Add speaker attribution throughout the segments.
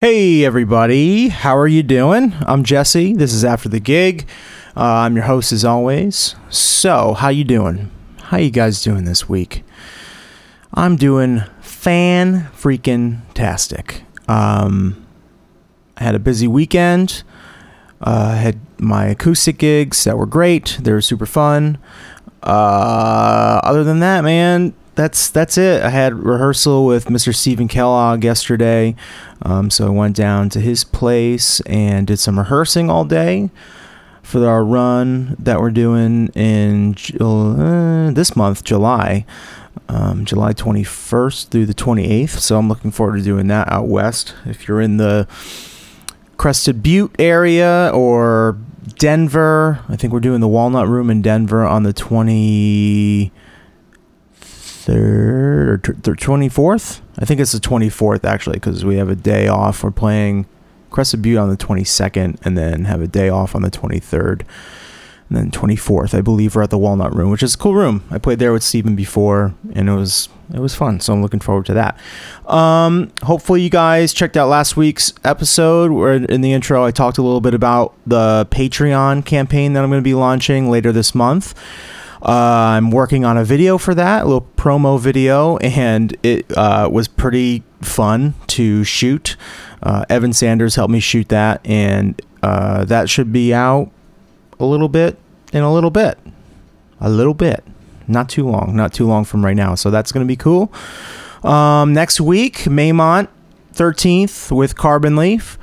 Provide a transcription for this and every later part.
Speaker 1: Hey, everybody. How are you doing? I'm Jesse. This is After the Gig. Uh, I'm your host, as always. So, how you doing? How you guys doing this week? I'm doing fan freaking tastic. Um, I had a busy weekend. Uh, I had my acoustic gigs that were great. They were super fun. Uh, other than that, man, that's that's it. I had rehearsal with Mr. Stephen Kellogg yesterday, um, so I went down to his place and did some rehearsing all day for our run that we're doing in Jul- uh, this month, July, um, July 21st through the 28th. So I'm looking forward to doing that out west. If you're in the Crested Butte area or Denver, I think we're doing the Walnut Room in Denver on the 23rd or tw- the 24th. I think it's the 24th actually because we have a day off. We're playing Crested Butte on the 22nd and then have a day off on the 23rd. And then 24th, I believe we're at the Walnut Room, which is a cool room. I played there with Steven before and it was it was fun. So I'm looking forward to that. Um, hopefully you guys checked out last week's episode where in the intro I talked a little bit about the Patreon campaign that I'm going to be launching later this month. Uh, I'm working on a video for that, a little promo video, and it uh, was pretty fun to shoot. Uh, Evan Sanders helped me shoot that, and uh, that should be out a little bit in a little bit. A little bit. Not too long. Not too long from right now. So that's going to be cool. Um, next week, Maymont 13th with Carbon Leaf.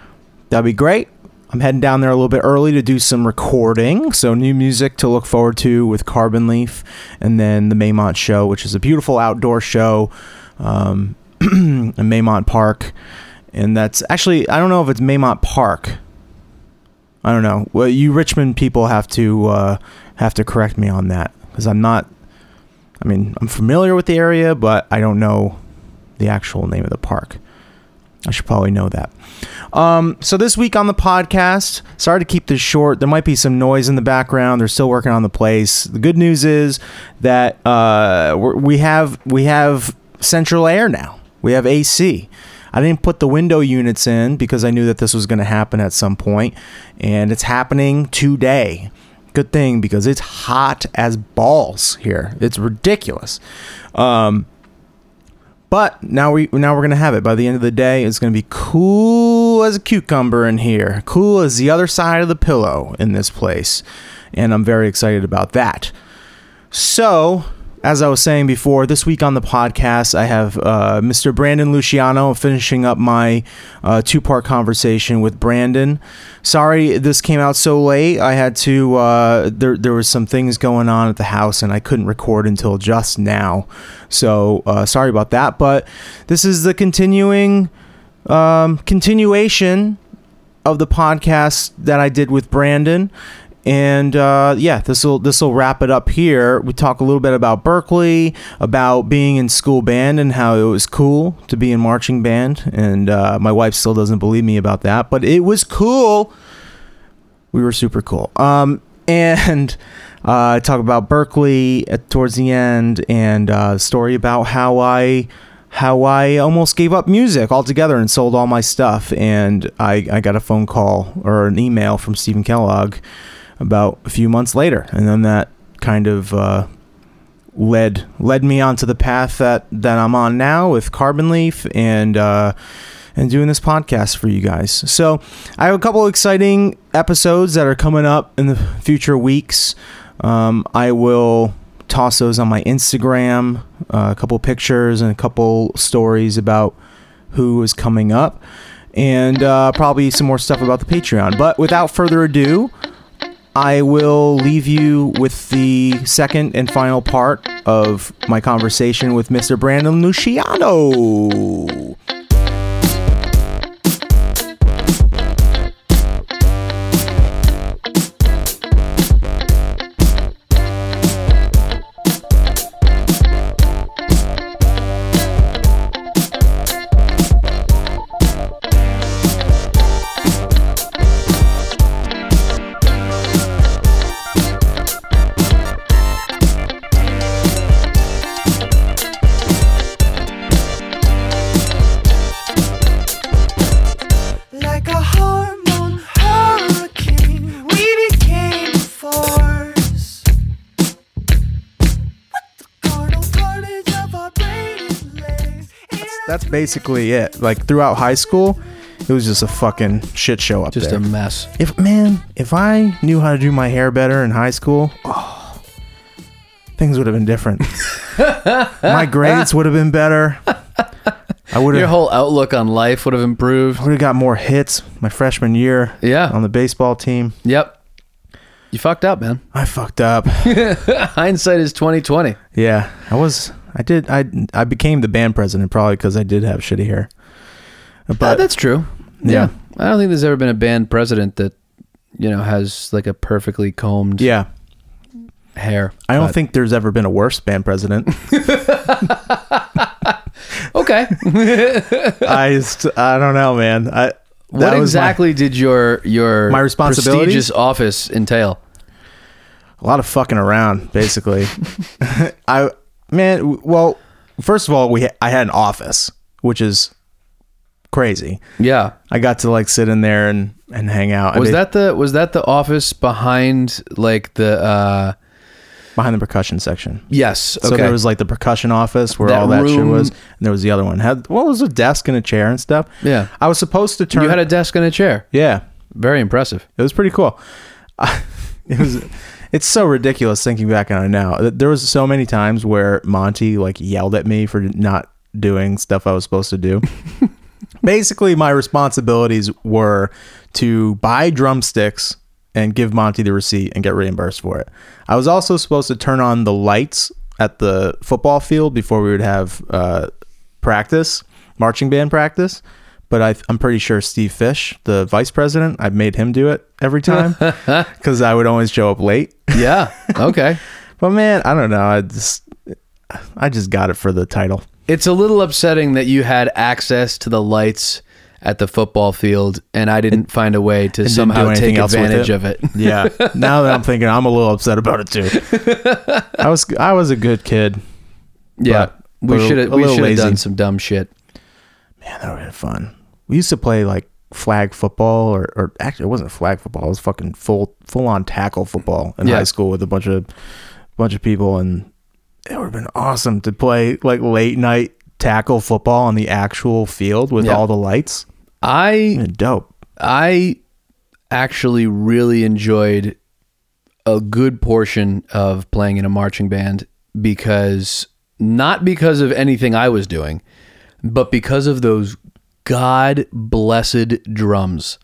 Speaker 1: That'd be great. I'm heading down there a little bit early to do some recording. So, new music to look forward to with Carbon Leaf and then the Maymont Show, which is a beautiful outdoor show um, in Maymont Park. And that's actually, I don't know if it's Maymont Park. I don't know. Well, you Richmond people have to uh, have to correct me on that because I'm not. I mean, I'm familiar with the area, but I don't know the actual name of the park. I should probably know that. Um, so this week on the podcast, sorry to keep this short. There might be some noise in the background. They're still working on the place. The good news is that uh, we're, we have we have central air now. We have AC. I didn't put the window units in because I knew that this was going to happen at some point, and it's happening today. Good thing because it's hot as balls here. It's ridiculous. Um, but now we now we're gonna have it. By the end of the day, it's gonna be cool as a cucumber in here, cool as the other side of the pillow in this place, and I'm very excited about that. So, as I was saying before, this week on the podcast, I have uh, Mr. Brandon Luciano finishing up my uh, two part conversation with Brandon. Sorry this came out so late. I had to, uh, there, there was some things going on at the house and I couldn't record until just now. So uh, sorry about that. But this is the continuing um, continuation of the podcast that I did with Brandon. And uh, yeah, this will this will wrap it up here. We talk a little bit about Berkeley, about being in school band, and how it was cool to be in marching band. And uh, my wife still doesn't believe me about that, but it was cool. We were super cool. Um, and uh, talk about Berkeley at, towards the end, and uh, story about how I how I almost gave up music altogether and sold all my stuff. And I, I got a phone call or an email from Stephen Kellogg about a few months later, and then that kind of uh, led led me onto the path that that I'm on now with Carbon Leaf and. Uh, and doing this podcast for you guys. So, I have a couple exciting episodes that are coming up in the future weeks. Um, I will toss those on my Instagram, uh, a couple pictures and a couple stories about who is coming up, and uh, probably some more stuff about the Patreon. But without further ado, I will leave you with the second and final part of my conversation with Mr. Brandon Luciano. basically it. Like throughout high school, it was just a fucking shit show up
Speaker 2: Just
Speaker 1: there.
Speaker 2: a mess.
Speaker 1: if man, if I knew how to do my hair better in high school, oh, things would have been different. my grades would have been better. I would
Speaker 2: Your
Speaker 1: have
Speaker 2: whole outlook on life would have improved.
Speaker 1: would have got more hits my freshman year
Speaker 2: Yeah.
Speaker 1: on the baseball team.
Speaker 2: yep. You fucked up, man.
Speaker 1: I fucked up.
Speaker 2: Hindsight is twenty twenty.
Speaker 1: Yeah, I was. I did. I I became the band president probably because I did have shitty hair. But
Speaker 2: that's true.
Speaker 1: Yeah.
Speaker 2: I don't think there's ever been a band president that you know has like a perfectly combed
Speaker 1: yeah,
Speaker 2: hair.
Speaker 1: I don't
Speaker 2: cut.
Speaker 1: think there's ever been a worse band president.
Speaker 2: Okay.
Speaker 1: I just, I don't know, man. I that
Speaker 2: what
Speaker 1: was my-
Speaker 2: exactly did your your
Speaker 1: My responsibility?
Speaker 2: prestigious office entail?
Speaker 1: a lot of fucking around, basically. I man, w- well, first of all, we ha- I had an office, which is crazy.
Speaker 2: Yeah.
Speaker 1: I got to like sit in there and and hang out. I
Speaker 2: Was
Speaker 1: ba-
Speaker 2: that the was that the office behind like the uh
Speaker 1: behind the percussion section?
Speaker 2: yes, okay.
Speaker 1: So there was like the percussion office where
Speaker 2: That
Speaker 1: all that shit
Speaker 2: room-
Speaker 1: was, and there was the other one had what was a desk and a chair and stuff.
Speaker 2: yeah.
Speaker 1: I was supposed to turn.
Speaker 2: You had a desk and a chair.
Speaker 1: yeah.
Speaker 2: Very impressive.
Speaker 1: It was pretty cool. it was. It's so ridiculous thinking back on it now. Th- There was so many times where Monty like yelled at me for not doing stuff I was supposed to do. Basically, my responsibilities were to buy drumsticks and give Monty the receipt and get reimbursed for it. I was also supposed to turn on the lights at the football field before we would have uh, practice, marching band practice. But I, I'm pretty sure Steve Fish, the vice president, I made him do it every time because I would always show up late.
Speaker 2: Yeah. Okay.
Speaker 1: But man, I don't know. I just, I just got it for the title.
Speaker 2: it's a little upsetting that you had access to the lights at the football field and I didn't find a way to somehow
Speaker 1: anything
Speaker 2: take
Speaker 1: else with
Speaker 2: advantage
Speaker 1: it.
Speaker 2: of it.
Speaker 1: Yeah. now that I'm thinking, I'm a little upset about it too. I was, I was a good kid.
Speaker 2: Yeah.
Speaker 1: But-
Speaker 2: we
Speaker 1: but a-
Speaker 2: should have
Speaker 1: a
Speaker 2: we
Speaker 1: little
Speaker 2: should have done
Speaker 1: lazy.
Speaker 2: some dumb shit.
Speaker 1: Man, that would have been fun. We used to play like flag football, or, or actually, it wasn't flag football. It was fucking full full on tackle football in
Speaker 2: Yeah.
Speaker 1: high school with a bunch of bunch of people, and it would have been awesome to play like late night tackle football on the actual field with
Speaker 2: Yeah.
Speaker 1: all the lights.
Speaker 2: I
Speaker 1: Yeah, dope.
Speaker 2: I actually really enjoyed a good portion of playing in a marching band because not because of anything I was doing, but because of those god blessed drums.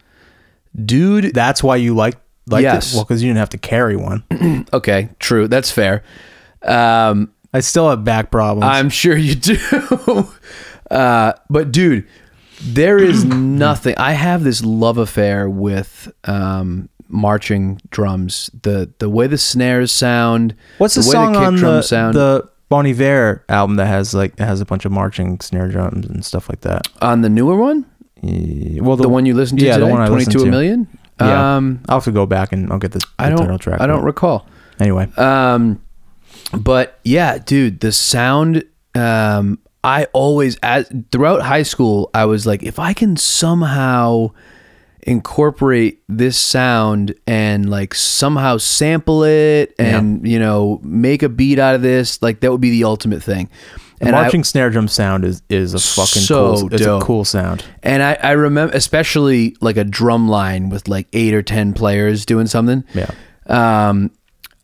Speaker 2: Dude,
Speaker 1: That's why you like like
Speaker 2: Yes.
Speaker 1: it? well because you didn't have to carry one.
Speaker 2: okay, true, that's fair. Um
Speaker 1: I still have back problems.
Speaker 2: I'm sure you do. uh, but dude, there is nothing. I have this love affair with um, marching drums. The the way the snares sound.
Speaker 1: What's the,
Speaker 2: way
Speaker 1: song on the
Speaker 2: sound
Speaker 1: the Bon Iver album that has like has a bunch of marching snare drums and stuff like that?
Speaker 2: on the newer one?
Speaker 1: Yeah, Well,
Speaker 2: The one you listened to
Speaker 1: yeah,
Speaker 2: today,
Speaker 1: the one I
Speaker 2: twenty
Speaker 1: listened
Speaker 2: two a
Speaker 1: to.
Speaker 2: million.
Speaker 1: Yeah.
Speaker 2: Um,
Speaker 1: I'll have to go back and I'll get this
Speaker 2: I
Speaker 1: the
Speaker 2: don't.
Speaker 1: title track.
Speaker 2: I don't
Speaker 1: but
Speaker 2: recall.
Speaker 1: anyway,
Speaker 2: Um, but yeah, dude, the sound. Um, I always as throughout high school, I was like, if I can somehow incorporate this sound and like somehow sample it and you know make a beat out of this, like that would be the ultimate thing.
Speaker 1: the
Speaker 2: And I-
Speaker 1: marching snare drum sound is is a fucking
Speaker 2: So
Speaker 1: cool. It's a
Speaker 2: dope.
Speaker 1: cool sound.
Speaker 2: And I, I remember, especially like a drum line with like eight or 10 players doing something.
Speaker 1: Yeah.
Speaker 2: Um,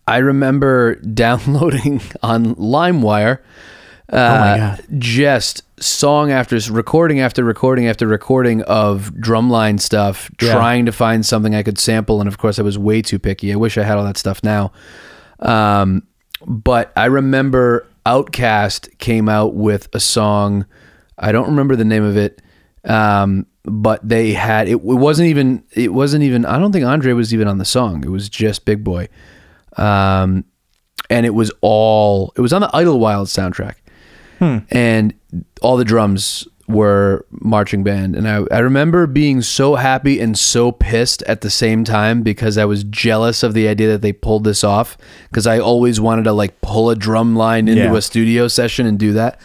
Speaker 2: I remember downloading on LimeWire
Speaker 1: oh my
Speaker 2: uh,
Speaker 1: god!
Speaker 2: just song after s- recording after recording after recording of drumline stuff,
Speaker 1: Yeah.
Speaker 2: trying to find something I could sample. And of course, I was way too picky. I wish I had all that stuff now. Um, but I remember Outkast came out with a song. I don't remember the name of it. Um, but they had it, it wasn't even it wasn't even I don't think Andre was even on the song. It was just Big Boy. Um, and it was all it was on the Idlewild soundtrack.
Speaker 1: Hmm.
Speaker 2: And all the drums were marching band and I, I remember being so happy and so pissed at the same time because I was jealous of the idea that they pulled this off because I always wanted to like pull a drum line into
Speaker 1: Yeah.
Speaker 2: a studio session and do that.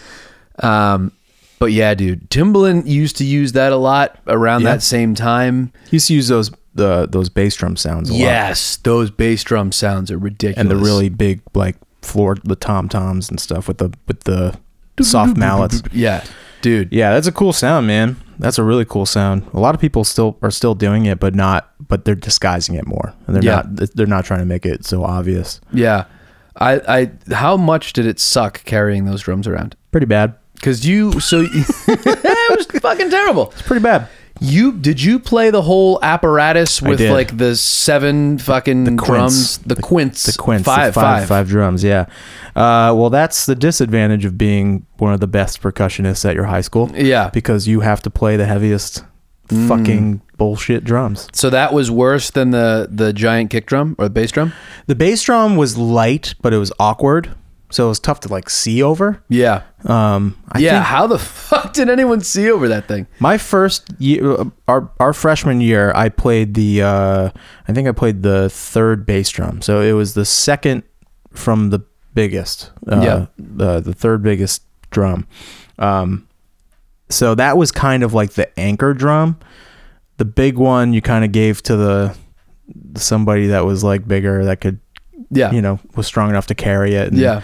Speaker 2: Um but yeah, dude, Timbaland used to use that a lot around
Speaker 1: Yeah.
Speaker 2: that same time.
Speaker 1: Used to use those the those bass drum sounds a lot,
Speaker 2: Yes, those bass drum sounds are ridiculous.
Speaker 1: and the really big like floor the tom toms and stuff with the with the soft mallets.
Speaker 2: Yeah, dude.
Speaker 1: Yeah, that's a cool sound, man. That's a really cool sound. A lot of people still are still doing it, but not. But they're disguising it more, and they're
Speaker 2: Yeah.
Speaker 1: not. They're not trying to make it so obvious.
Speaker 2: Yeah, I, I. How much did it suck carrying those drums around?
Speaker 1: Pretty bad.
Speaker 2: Because you, so it was fucking terrible.
Speaker 1: It's pretty bad.
Speaker 2: You did you play the whole apparatus with
Speaker 1: did.
Speaker 2: like the seven fucking
Speaker 1: quints.
Speaker 2: drums, the, quints,
Speaker 1: The quints, the five,
Speaker 2: five, five,
Speaker 1: five drums. Yeah. Uh, well, that's the disadvantage of being one of the best percussionists at your high school.
Speaker 2: Yeah. Mm.
Speaker 1: because you have to play the heaviest fucking bullshit drums.
Speaker 2: So that was worse than the the giant kick drum or the bass drum.
Speaker 1: The bass drum was light, but it was awkward, so it was tough to like see over.
Speaker 2: Yeah,
Speaker 1: Um, I
Speaker 2: yeah.
Speaker 1: think
Speaker 2: how the fuck did anyone see over that thing?
Speaker 1: my first year, our our freshman year, I played the uh, I think I played the third bass drum, so it was the second from the biggest, uh,
Speaker 2: Yeah.
Speaker 1: the the third biggest drum. Um, so that was kind of like the anchor drum. The big one you kind of gave to the somebody that was like bigger that could
Speaker 2: Yeah,
Speaker 1: you know was strong enough to carry it. and
Speaker 2: yeah.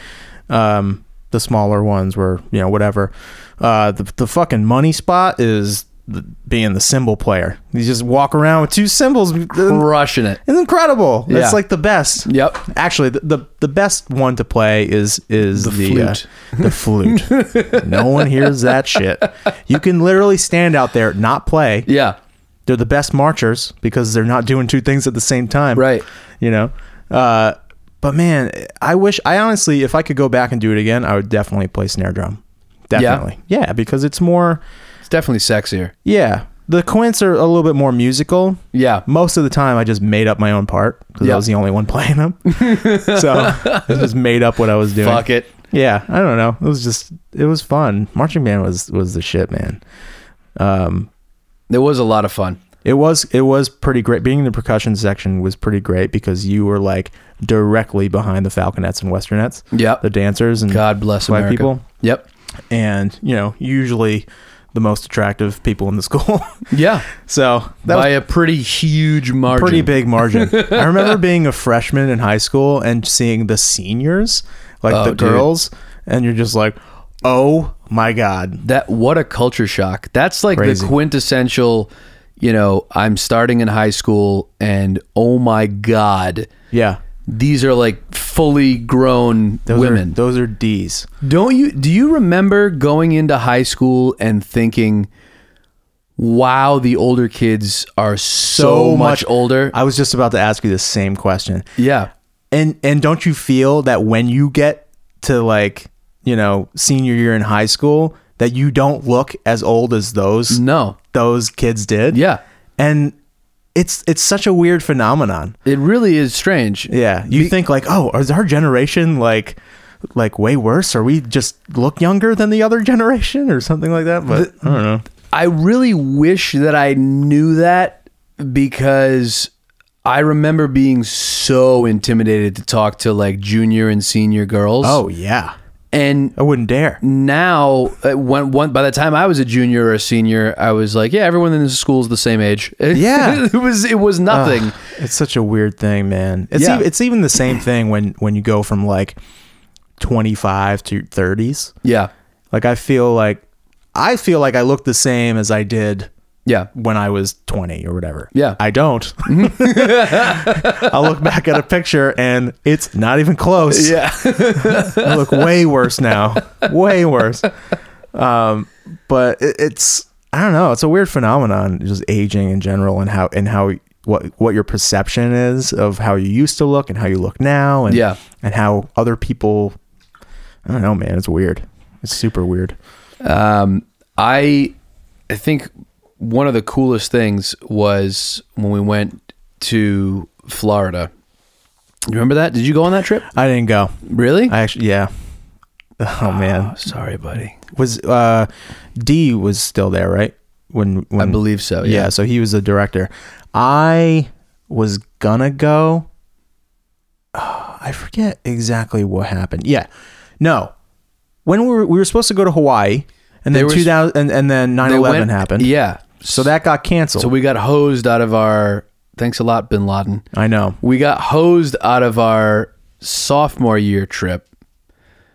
Speaker 1: um, the smaller ones were, you know, whatever. Uh, the, the fucking money spot is the, being the cymbal player. You just walk around with two cymbals. It's
Speaker 2: Rushing it.
Speaker 1: incredible. It's
Speaker 2: Yeah.
Speaker 1: like the best.
Speaker 2: Yep.
Speaker 1: Actually, the, the the best one to play is is the,
Speaker 2: The flute.
Speaker 1: Uh, the flute. no one hears that shit. You can literally stand out there not play.
Speaker 2: Yeah.
Speaker 1: They're the best marchers because they're not doing two things at the same time
Speaker 2: Right.
Speaker 1: you know uh but man i wish i honestly if i could go back and do it again i would definitely play snare drum definitely yeah, because it's more
Speaker 2: It's definitely sexier.
Speaker 1: yeah the quints are a little bit more musical
Speaker 2: Yeah.
Speaker 1: most of the time i just made up my own part because
Speaker 2: Yeah.
Speaker 1: i was the only one playing them so i just made up what i was doing
Speaker 2: Fuck it.
Speaker 1: yeah i don't know it was just it was fun marching band was was the shit man um
Speaker 2: It was a lot of fun.
Speaker 1: it was it was pretty great. Being in the percussion section was pretty great because you were like directly behind the Falconettes and Westernettes,
Speaker 2: Yep.
Speaker 1: the dancers and
Speaker 2: God bless
Speaker 1: black
Speaker 2: America.
Speaker 1: people,
Speaker 2: Yep.
Speaker 1: and you know usually the most attractive people in the school.
Speaker 2: Yeah.
Speaker 1: so that
Speaker 2: By
Speaker 1: was
Speaker 2: a pretty huge
Speaker 1: a
Speaker 2: margin.
Speaker 1: pretty big margin. I remember being a freshman in high school and seeing the seniors, like
Speaker 2: Oh,
Speaker 1: the
Speaker 2: dude.
Speaker 1: girls, and you're just like, oh my god,
Speaker 2: That what a culture shock. That's like
Speaker 1: Crazy.
Speaker 2: the quintessential, you know, I'm starting in high school and oh my god,
Speaker 1: yeah.
Speaker 2: these are like fully grown
Speaker 1: Those
Speaker 2: women.
Speaker 1: are, those are D's.
Speaker 2: Don't you do you remember going into high school and thinking wow, the older kids are so, much, older?
Speaker 1: I was just about to ask you the same question.
Speaker 2: yeah.
Speaker 1: And and don't you feel that when you get to like, you know, senior year in high school that you don't look as old as those
Speaker 2: No.
Speaker 1: those kids did?
Speaker 2: Yeah.
Speaker 1: And it's it's such a weird phenomenon.
Speaker 2: It really is strange.
Speaker 1: Yeah. You
Speaker 2: Be-
Speaker 1: think like, "Oh, is our generation like like way worse? Or we just look younger than the other generation or something like that?" But I don't know.
Speaker 2: I really wish that I knew that because I remember being so intimidated to talk to like junior and senior girls.
Speaker 1: Oh, yeah.
Speaker 2: and
Speaker 1: I wouldn't dare.
Speaker 2: now uh, when one by the time I was a junior or a senior, I was like, yeah, everyone in the school is the same age.
Speaker 1: Yeah.
Speaker 2: it was it was nothing.
Speaker 1: It's such a weird thing, man. It's
Speaker 2: Yeah.
Speaker 1: e- it's even the same thing when when you go from like 25 to 30s.
Speaker 2: yeah,
Speaker 1: Like I feel like I feel like I look the same as I did
Speaker 2: yeah,
Speaker 1: when I was 20 or whatever.
Speaker 2: Yeah. Mm-hmm.
Speaker 1: I don't. I look back at a picture and it's not even close.
Speaker 2: yeah.
Speaker 1: I look way worse now. Way worse. Um but it, it's I don't know, it's a weird phenomenon just aging in general and how and how what what your perception is of how you used to look and how you look now and
Speaker 2: Yeah.
Speaker 1: and how other people I don't know, man, it's weird. It's super weird.
Speaker 2: Um, I, I think one of the coolest things was when we went to Florida. You remember that? Did you go on that trip?
Speaker 1: I didn't go.
Speaker 2: Really?
Speaker 1: I actually, yeah. Oh
Speaker 2: Oh,
Speaker 1: man,
Speaker 2: sorry, buddy.
Speaker 1: was uh, D was still there, right? When
Speaker 2: I
Speaker 1: when
Speaker 2: believe so.
Speaker 1: yeah.
Speaker 2: Yeah.
Speaker 1: so he was the director. I was gonna go. Ah, I forget exactly what happened. Yeah, no, when we were we were supposed to go to Hawaii, and
Speaker 2: They
Speaker 1: then
Speaker 2: were s-
Speaker 1: two thousand and, and then nine
Speaker 2: They
Speaker 1: eleven
Speaker 2: went-
Speaker 1: happened.
Speaker 2: Yeah.
Speaker 1: So that got canceled.
Speaker 2: So we got hosed out of our. Thanks a lot, Bin Laden.
Speaker 1: I know.
Speaker 2: We got hosed out of our sophomore year trip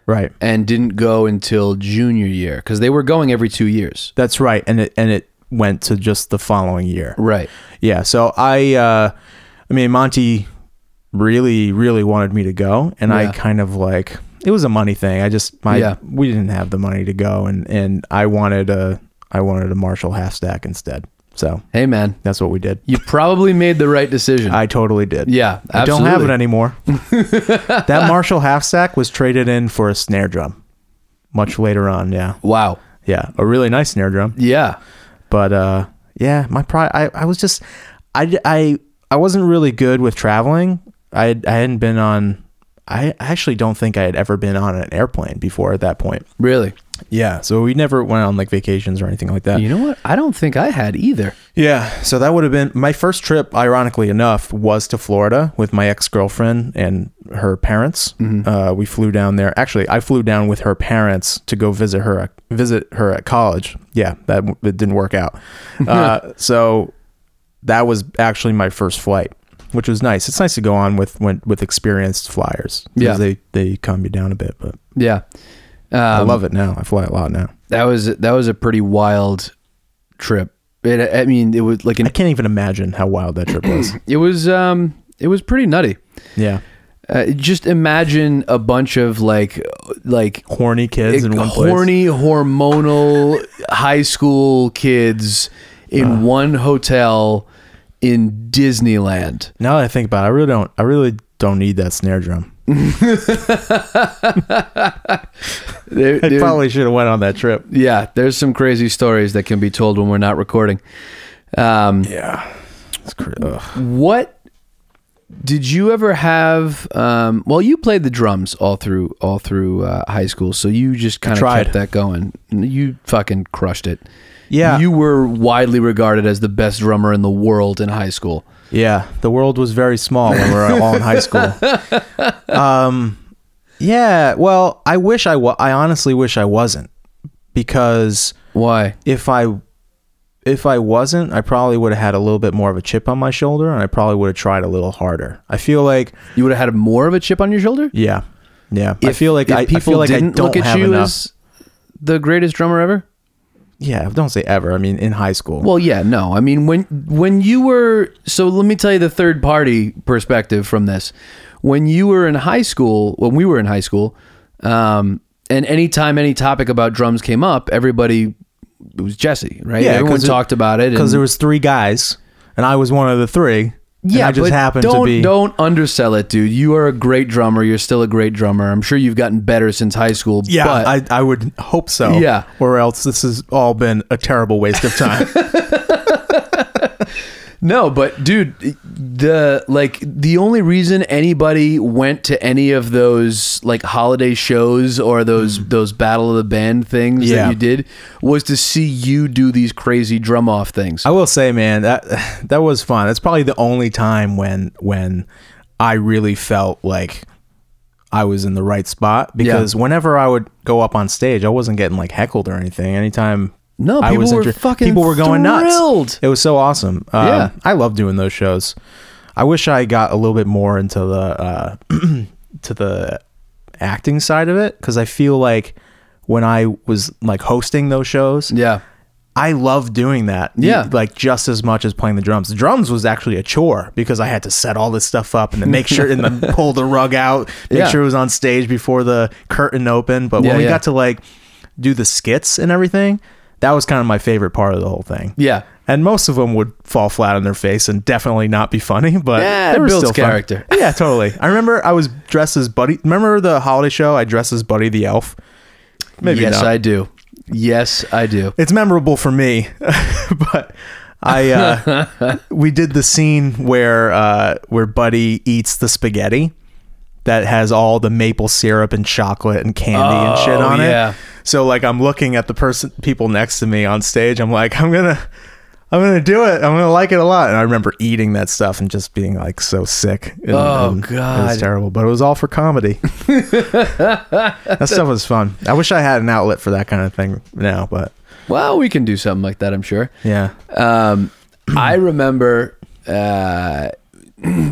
Speaker 1: Right.
Speaker 2: and didn't go until junior year because they were going every two years.
Speaker 1: That's right. And it and it went to just the following year.
Speaker 2: Right.
Speaker 1: Yeah. So I, uh, I mean, Monty really, really wanted me to go, and I
Speaker 2: Yeah.
Speaker 1: kind of like it was a money thing. I just my
Speaker 2: Yeah.
Speaker 1: we didn't have the money to go, and and I wanted a I wanted a Marshall half stack instead. So
Speaker 2: Hey, man,
Speaker 1: that's what we did.
Speaker 2: you probably made the right decision.
Speaker 1: I totally did.
Speaker 2: yeah,
Speaker 1: I
Speaker 2: absolutely.
Speaker 1: don't have it anymore. that Marshall half stack was traded in for a snare drum much later on. Yeah.
Speaker 2: Wow.
Speaker 1: Yeah. A really nice snare drum.
Speaker 2: Yeah.
Speaker 1: but uh yeah my pride I, I was just I, I i wasn't really good with traveling i i hadn't been on i actually don't think i had ever been on an airplane before at that point
Speaker 2: Really.
Speaker 1: yeah so we never went on like vacations or anything like that
Speaker 2: You know what? I don't think I had either.
Speaker 1: yeah so that would have been my first trip ironically enough was to florida with my ex-girlfriend and her parents
Speaker 2: Mm-hmm.
Speaker 1: uh, we flew down there actually i flew down with her parents to go visit her at- visit her at college yeah that it didn't work out uh, so that was actually my first flight, which was nice. It's nice to go on with when, with experienced flyers. 'cause
Speaker 2: Yeah.
Speaker 1: they they calm you down a bit, but
Speaker 2: Yeah. Um,
Speaker 1: I love it now. I fly a lot now.
Speaker 2: that was that was a pretty wild trip. It, I mean, it was like
Speaker 1: I
Speaker 2: an
Speaker 1: can't even imagine how wild that trip was.
Speaker 2: it was um it was pretty nutty.
Speaker 1: yeah,
Speaker 2: Uh, just imagine a bunch of like like
Speaker 1: horny kids in one place.
Speaker 2: horny hormonal high school kids in
Speaker 1: Uh-huh.
Speaker 2: one hotel in Disneyland.
Speaker 1: Now that I think about it, I really don't. I really don't need that snare drum.
Speaker 2: There-
Speaker 1: I
Speaker 2: there-
Speaker 1: probably should have went on that trip.
Speaker 2: yeah, there's some crazy stories that can be told when we're not recording. Um,
Speaker 1: Yeah, it's cr- ugh.
Speaker 2: What did you ever have? Um, well, you played the drums all through all through uh, high school, so you just kind of
Speaker 1: tried.
Speaker 2: kept that going. You fucking crushed it.
Speaker 1: yeah,
Speaker 2: you were widely regarded as the best drummer in the world in high school.
Speaker 1: Yeah, the world was very small when we were all in high school. Um, yeah, well, I wish I wa- I honestly wish I wasn't because
Speaker 2: Why?
Speaker 1: if I if I wasn't, I probably would have had a little bit more of a chip on my shoulder and I probably would have tried a little harder. I feel like
Speaker 2: You would have had more of a chip on your shoulder.
Speaker 1: yeah. Yeah. I feel like I, I feel like I don't have enough.
Speaker 2: as the greatest drummer ever.
Speaker 1: yeah, don't say ever. I mean in high school.
Speaker 2: Well, yeah, no. I mean, when when you were so, let me tell you the third party perspective from this. When you were in high school, when we were in high school, um, and anytime any topic about drums came up, everybody it was Jesse, right?
Speaker 1: Yeah,
Speaker 2: everyone
Speaker 1: 'cause it-
Speaker 2: talked about it
Speaker 1: because
Speaker 2: and-
Speaker 1: there was three guys and I was one of the three. and I just
Speaker 2: but
Speaker 1: happened
Speaker 2: don't,
Speaker 1: to be
Speaker 2: Don't undersell it, dude. You are a great drummer. You're still a great drummer. I'm sure you've gotten better since high school.
Speaker 1: Yeah,
Speaker 2: but
Speaker 1: I, I would hope so.
Speaker 2: Yeah.
Speaker 1: Or else this has all been a terrible waste of time.
Speaker 2: No, but dude, the like the only reason anybody went to any of those like holiday shows or those those battle of the band
Speaker 1: Hmm.
Speaker 2: things
Speaker 1: Yeah.
Speaker 2: that you did was to see you do these crazy drum off things.
Speaker 1: I will say, man, that that was fun. That's probably the only time when when I really felt like I was in the right spot because whenever I would go up on stage, I wasn't getting like heckled or anything. Anytime
Speaker 2: No,
Speaker 1: I
Speaker 2: people
Speaker 1: was
Speaker 2: were
Speaker 1: inter-
Speaker 2: fucking
Speaker 1: people were going
Speaker 2: thrilled.
Speaker 1: nuts. It was so awesome. Um,
Speaker 2: Yeah.
Speaker 1: I love doing those shows. I wish I got a little bit more into the uh, to the acting side of it because I feel like when I was like hosting those shows,
Speaker 2: yeah.
Speaker 1: I love doing that.
Speaker 2: Yeah.
Speaker 1: Like just as much as playing the drums. The drums was actually a chore because I had to set all this stuff up and then make sure and then pull the rug out, make
Speaker 2: Yeah.
Speaker 1: sure it was on stage before the curtain opened. But
Speaker 2: Yeah,
Speaker 1: when we
Speaker 2: yeah.
Speaker 1: got to like do the skits and everything, that was kind of my favorite part of the whole thing.
Speaker 2: Yeah.
Speaker 1: And most of them would fall flat on their face and definitely not be funny, but
Speaker 2: Yeah,
Speaker 1: they
Speaker 2: it
Speaker 1: were
Speaker 2: builds
Speaker 1: still fun.
Speaker 2: character.
Speaker 1: Yeah, totally. I remember I was dressed as Buddy. Remember the holiday show? I dressed as Buddy the Elf. Maybe
Speaker 2: yes,
Speaker 1: not
Speaker 2: I do. Yes, I do.
Speaker 1: it's memorable for me, but I uh, we did the scene where uh, where Buddy eats the spaghetti that has all the maple syrup and chocolate and candy and shit
Speaker 2: Oh,
Speaker 1: on
Speaker 2: yeah.
Speaker 1: it. So like I'm looking at the person people next to me on stage. I'm like I'm gonna. I'm gonna do it. I'm gonna like it a lot. And I remember eating that stuff and just being like so sick. And,
Speaker 2: Oh,
Speaker 1: and it
Speaker 2: God.
Speaker 1: was terrible. But it was all for comedy. that stuff was fun. I wish I had an outlet for that kind of thing now, but
Speaker 2: Well, we can do something like that, I'm sure.
Speaker 1: yeah.
Speaker 2: Um, I remember. Uh,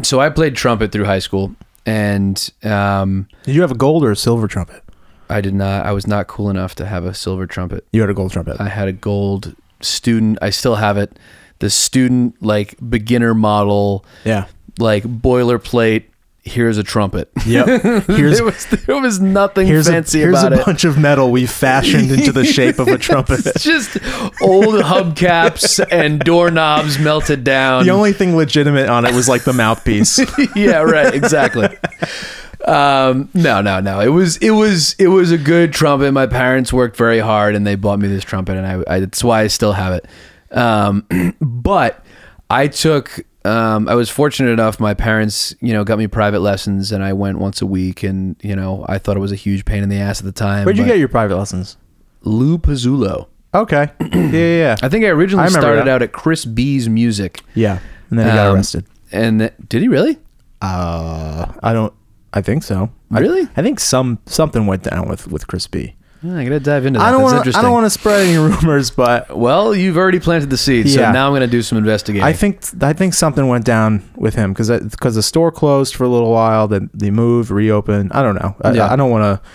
Speaker 2: so I played trumpet through high school, and um,
Speaker 1: Did you have a gold or a silver trumpet?
Speaker 2: I did not. I was not cool enough to have a silver trumpet.
Speaker 1: You had a gold trumpet.
Speaker 2: I had a gold student. I still have it. The student like beginner model,
Speaker 1: yeah.
Speaker 2: like boilerplate. Here's a trumpet.
Speaker 1: Yep. Here's
Speaker 2: there, was, there was nothing
Speaker 1: here's a,
Speaker 2: fancy
Speaker 1: here's
Speaker 2: about
Speaker 1: a
Speaker 2: it.
Speaker 1: bunch of metal we fashioned into the shape of a trumpet.
Speaker 2: It's just old hubcaps and doorknobs melted down.
Speaker 1: The only thing legitimate on it was like the mouthpiece.
Speaker 2: yeah, right, exactly. Um, no, no, no. It was it was it was a good trumpet. My parents worked very hard and they bought me this trumpet and I, I that's why I still have it. Um, but I took um, I was fortunate enough my parents, you know, got me private lessons and I went once a week and, you know, I thought it was a huge pain in the ass at the time.
Speaker 1: Where'd you
Speaker 2: but-
Speaker 1: get your private lessons?
Speaker 2: Lou Pizzulo?
Speaker 1: Okay. Yeah, yeah, yeah.
Speaker 2: I think I originally
Speaker 1: I remember
Speaker 2: started
Speaker 1: that.
Speaker 2: out at Chris B's music.
Speaker 1: Yeah. And then he got
Speaker 2: Um,
Speaker 1: arrested.
Speaker 2: And th- did he really?
Speaker 1: Uh, I don't. I think so. I-
Speaker 2: Really?
Speaker 1: I, think some something went down with with Chris B.
Speaker 2: Yeah, I gotta dive into that.
Speaker 1: I don't
Speaker 2: That's
Speaker 1: want. I
Speaker 2: interesting.
Speaker 1: don't want to spread any rumors, but
Speaker 2: Well, you've already planted the seed, so
Speaker 1: Yeah.
Speaker 2: now I'm going to do some investigating.
Speaker 1: I think I think something went down with him because because the store closed for a little while, then they moved, reopened. I don't know. I,
Speaker 2: Yeah.
Speaker 1: I don't want to.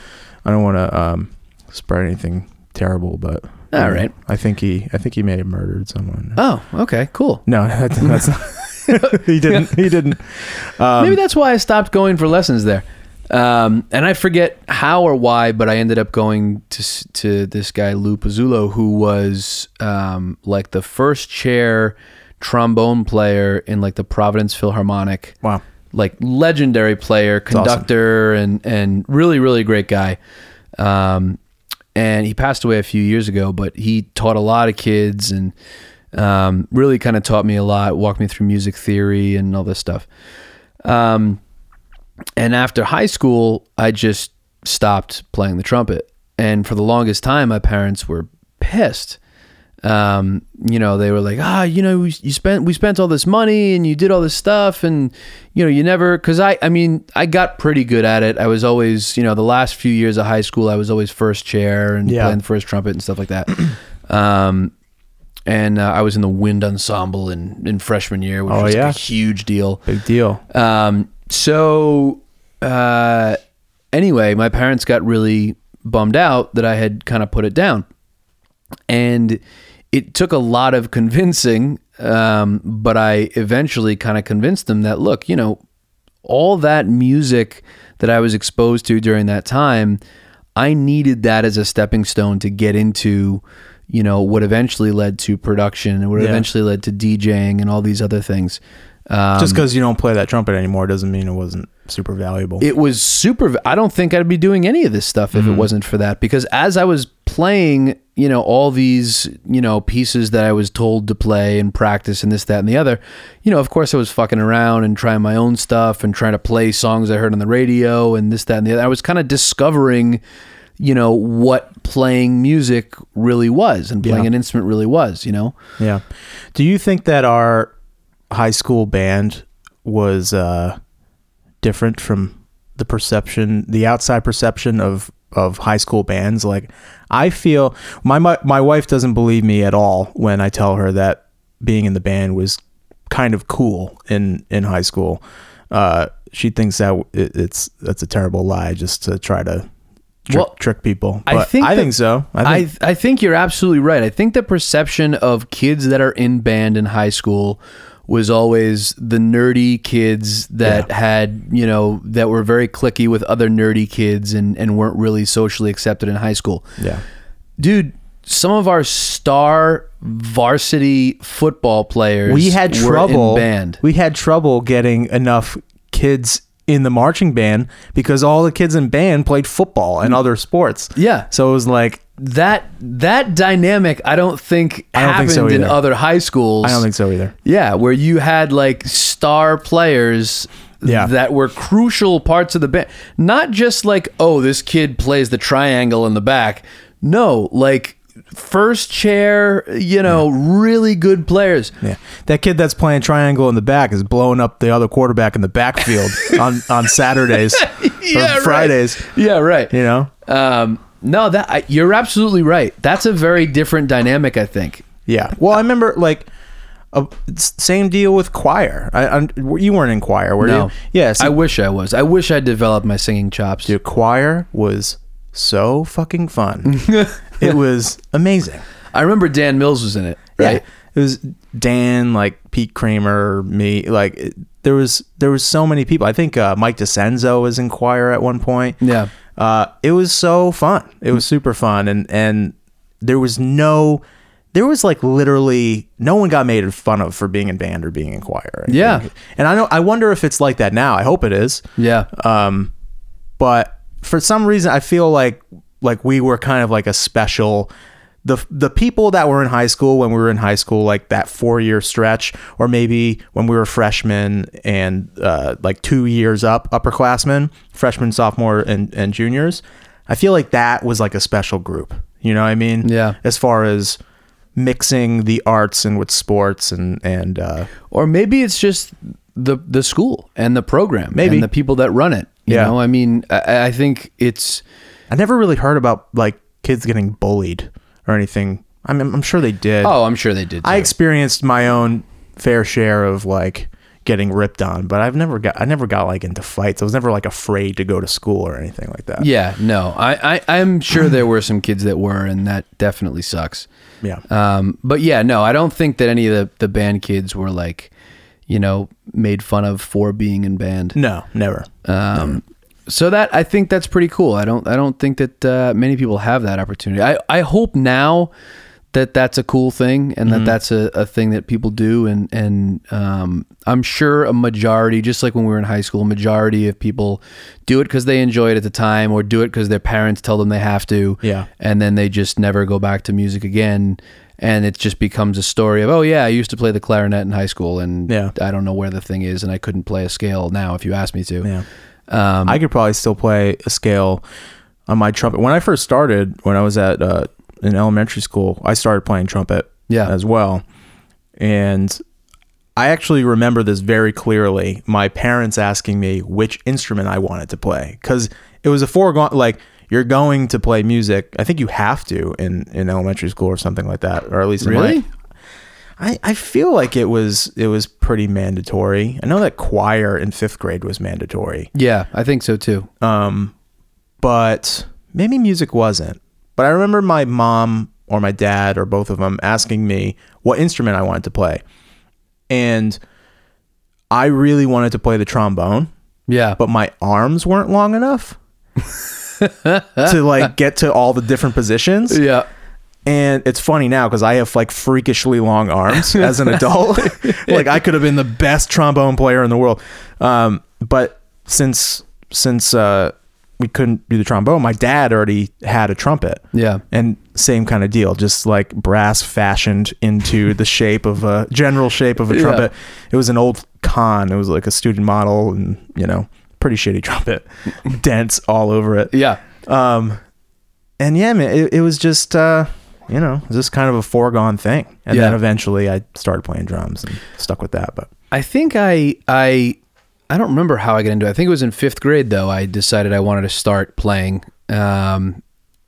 Speaker 1: I don't want to um, spread anything terrible, but
Speaker 2: All
Speaker 1: you know,
Speaker 2: right.
Speaker 1: I think he. I think he may have murdered someone.
Speaker 2: oh, okay, cool.
Speaker 1: No, that, that's not. he didn't. He didn't. Um,
Speaker 2: Maybe that's why I stopped going for lessons there. Um, and I forget how or why, but I ended up going to s- to this guy Lou Pizzulo, who was um, like the first chair trombone player in like the Providence Philharmonic.
Speaker 1: wow.
Speaker 2: like legendary player,
Speaker 1: awesome.
Speaker 2: conductor, and and really really great guy. Um, and he passed away a few years ago, but he taught a lot of kids and um, really kind of taught me a lot, walked me through music theory and all this stuff. Um, and after high school, I just stopped playing the trumpet. And for the longest time, my parents were pissed. Um, you know, they were like, ah, you know, we- you spent we spent all this money and you did all this stuff, and you know, you never because I I mean, I got pretty good at it. I was always, you know, the last few years of high school, I was always first chair and
Speaker 1: Yeah.
Speaker 2: playing first trumpet and stuff like that. um, and uh, I was in the wind ensemble in in freshman year, which
Speaker 1: Oh,
Speaker 2: was
Speaker 1: yeah.
Speaker 2: like a huge deal.
Speaker 1: Big deal.
Speaker 2: Um, so, uh, anyway, my parents got really bummed out that I had kind of put it down. And it took a lot of convincing, um, but I eventually kind of convinced them that, look, you know, all that music that I was exposed to during that time, I needed that as a stepping stone to get into, you know, what eventually led to production and what
Speaker 1: Yeah.
Speaker 2: eventually led to DJing and all these other things. Um,
Speaker 1: Just because you don't play that trumpet anymore doesn't mean it wasn't super valuable.
Speaker 2: it was super i don't think i'd be doing any of this stuff if it wasn't for that because as i was playing you know all these you know pieces that i was told to play and practice and this that and the other you know of course i was fucking around and trying my own stuff and trying to play songs i heard on the radio and this that and the other i was kind of discovering you know what playing music really was and playing
Speaker 1: Yeah.
Speaker 2: an instrument really was you know
Speaker 1: Yeah. Do you think that our high school band was uh, different from the perception, the outside perception of of high school bands? Like, I feel my my, my wife doesn't believe me at all when I tell her that being in the band was kind of cool in in high school. Uh, she thinks that it, it's that's a terrible lie just to try to trick,
Speaker 2: Well,
Speaker 1: trick people.
Speaker 2: I
Speaker 1: But I
Speaker 2: think
Speaker 1: think
Speaker 2: that-
Speaker 1: so.
Speaker 2: I th- I think you're absolutely right. I think the perception of kids that are in band in high school was always the nerdy kids that had you know that were very clicky with other nerdy kids and and weren't really socially accepted in high school.
Speaker 1: yeah.
Speaker 2: Dude, some of our star varsity football players
Speaker 1: we had
Speaker 2: were
Speaker 1: trouble
Speaker 2: in band.
Speaker 1: we had trouble getting enough kids in the marching band because all the kids in band played football and other sports
Speaker 2: Mm. Yeah.
Speaker 1: so it was like
Speaker 2: That that dynamic I don't think
Speaker 1: I don't
Speaker 2: happened
Speaker 1: think so
Speaker 2: in
Speaker 1: either.
Speaker 2: other high schools.
Speaker 1: i don't think so either
Speaker 2: Yeah, where you had like star players
Speaker 1: Yeah.
Speaker 2: that were crucial parts of the band. Not just like, oh, this kid plays the triangle in the back. No, like first chair, you know, really good players.
Speaker 1: yeah that kid that's playing triangle in the back is blowing up the other quarterback in the backfield on on saturdays
Speaker 2: Yeah,
Speaker 1: or
Speaker 2: right.
Speaker 1: fridays
Speaker 2: Yeah, right.
Speaker 1: you know
Speaker 2: Um, no, that I, you're absolutely right. That's a very different dynamic, I think.
Speaker 1: yeah well i remember like a, same deal with choir I, I you weren't in choir were
Speaker 2: No.
Speaker 1: you yeah so
Speaker 2: I wish I was. I wish I developed my singing chops.
Speaker 1: Dude, choir was so fucking fun. it was amazing.
Speaker 2: I remember Dan Mills was in it, right?
Speaker 1: Yeah. It was Dan, like Pete Kramer, me, like it, there was there was so many people. I think uh, Mike DeCenzo was in choir at one point.
Speaker 2: Yeah.
Speaker 1: Uh, it was so fun. It was super fun, and and there was no, there was like literally no one got made fun of for being in band or being in choir. I
Speaker 2: Yeah.
Speaker 1: think. and I know I wonder if it's like that now. I hope it is
Speaker 2: Yeah.
Speaker 1: um, but for some reason I feel like like we were kind of like a special the the people that were in high school when we were in high school like that four year stretch or maybe when we were freshmen and uh, like two years up upperclassmen freshmen sophomore and and juniors I feel like that was like a special group you know what I mean
Speaker 2: Yeah.
Speaker 1: as far as mixing the arts and with sports and and uh,
Speaker 2: or maybe it's just the the school and the program
Speaker 1: Maybe.
Speaker 2: and the people that run it you
Speaker 1: Yeah.
Speaker 2: know i mean I, I think it's
Speaker 1: I never really heard about like kids getting bullied or anything. I mean, I'm sure they did.
Speaker 2: oh i'm sure they did
Speaker 1: I
Speaker 2: too.
Speaker 1: experienced my own fair share of like getting ripped on, but I've never got I never got like into fights. I was never like afraid to go to school or anything like that.
Speaker 2: yeah no I, I i'm sure there were some kids that were and that definitely sucks
Speaker 1: Yeah.
Speaker 2: um but yeah no i don't think that any of the the band kids were like you know made fun of for being in band
Speaker 1: No, never.
Speaker 2: Um, so that I think that's pretty cool. I don't I don't think that uh, many people have that opportunity. I, I hope now that that's a cool thing and
Speaker 1: Mm-hmm.
Speaker 2: that that's a, a thing that people do and and um, I'm sure a majority just like when we were in high school, a majority of people do it because they enjoy it at the time or do it because their parents tell them they have to
Speaker 1: Yeah.
Speaker 2: and then they just never go back to music again and it just becomes a story of oh yeah i used to play the clarinet in high school and
Speaker 1: Yeah.
Speaker 2: i don't know where the thing is and i couldn't play a scale now if you asked me to
Speaker 1: Yeah.
Speaker 2: um,
Speaker 1: I could probably still play a scale on my trumpet. When I first started, when I was at uh, in elementary school, I started playing trumpet
Speaker 2: Yeah.
Speaker 1: as well. And I actually remember this very clearly. My parents asking me which instrument I wanted to play because it was a foregone like you're going to play music. I think you have to in in elementary school or something like that, or at least in my-
Speaker 2: Really?
Speaker 1: I, I feel like it was it was pretty mandatory. I know that choir in fifth grade was mandatory
Speaker 2: yeah, I think so too.
Speaker 1: um, but maybe music wasn't. But I remember my mom or my dad or both of them asking me what instrument I wanted to play, and I really wanted to play the trombone,
Speaker 2: yeah,
Speaker 1: but my arms weren't long enough to like get to all the different positions.
Speaker 2: yeah,
Speaker 1: And it's funny now because I have like freakishly long arms as an adult. like I could have been the best trombone player in the world. Um, but since since uh, we couldn't do the trombone, my dad already had a trumpet.
Speaker 2: yeah,
Speaker 1: And same kind of deal, just like brass fashioned into the shape of a general shape of a
Speaker 2: Yeah.
Speaker 1: trumpet. It was an old con. It was like a student model, and you know, pretty shitty trumpet, dents all over it.
Speaker 2: yeah.
Speaker 1: Um, and yeah, man, it, it was just, uh, you know, it was just kind of a foregone thing. And then
Speaker 2: Yeah.
Speaker 1: eventually I started playing drums and stuck with that. But
Speaker 2: I think I I I don't remember how I got into it. I think it was in fifth grade though. I decided I wanted to start playing, um,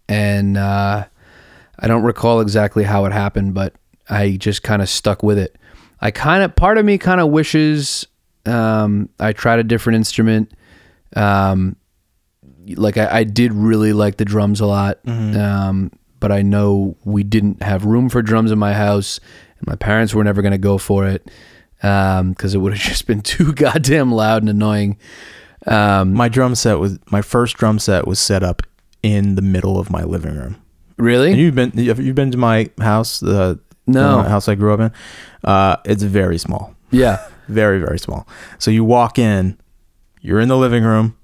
Speaker 2: and uh, I don't recall exactly how it happened, but I just kind of stuck with it. I kind of part of me kind of wishes um, I tried a different instrument. Um, like I, I did really like the drums a lot,
Speaker 1: Mm-hmm.
Speaker 2: um, but I know we didn't have room for drums in my house, and my parents were never going to go for it because it would have just been too goddamn loud and annoying. Um,
Speaker 1: my drum set was, my first drum set was set up in the middle of my living room.
Speaker 2: really?
Speaker 1: And you've been, have you been to my house, the
Speaker 2: No.
Speaker 1: the house I grew up in? Uh, it's very small,
Speaker 2: yeah,
Speaker 1: very, very small. So you walk in, you're in the living room.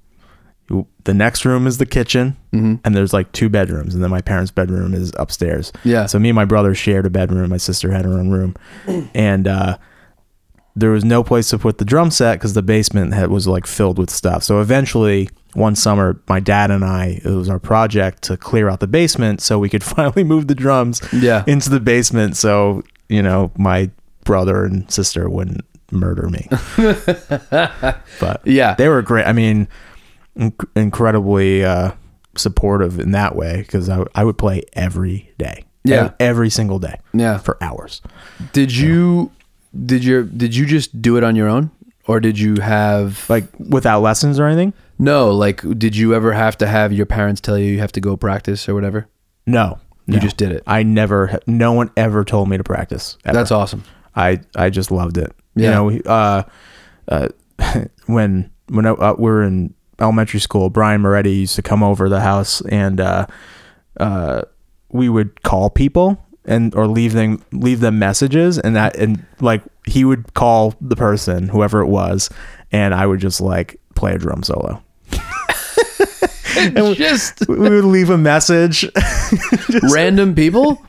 Speaker 1: you- The next room is the kitchen, and there's like two bedrooms, and then my parents' bedroom is upstairs.
Speaker 2: yeah.
Speaker 1: So me and my brother shared a bedroom. My sister had her own room, and uh, there was no place to put the drum set because the basement had, was like filled with stuff. So eventually, one summer, my dad and I it was our project to clear out the basement so we could finally move the drums
Speaker 2: Yeah.
Speaker 1: into the basement. So you know, my brother and sister wouldn't murder me. but
Speaker 2: yeah,
Speaker 1: they were great. I mean, inc- incredibly uh, supportive in that way because I, I would play every day.
Speaker 2: Yeah.
Speaker 1: E- every single day
Speaker 2: yeah.
Speaker 1: for hours.
Speaker 2: Did you did your did you just do it on your own, or did you have
Speaker 1: Like without lessons or anything.
Speaker 2: No, like, did you ever have to have your parents tell you you have to go practice or whatever?
Speaker 1: No, no.
Speaker 2: You just did it.
Speaker 1: I never. ha- No one ever told me to practice. ever.
Speaker 2: That's awesome.
Speaker 1: I I just loved it.
Speaker 2: Yeah.
Speaker 1: You know, uh, uh, when when I, uh, we were in elementary school, Brian Moretti used to come over the house, and uh, uh, we would call people and or leave them leave them messages, and that and like he would call the person, whoever it was, and I would just like play a drum solo.
Speaker 2: just
Speaker 1: We would leave a message.
Speaker 2: random people.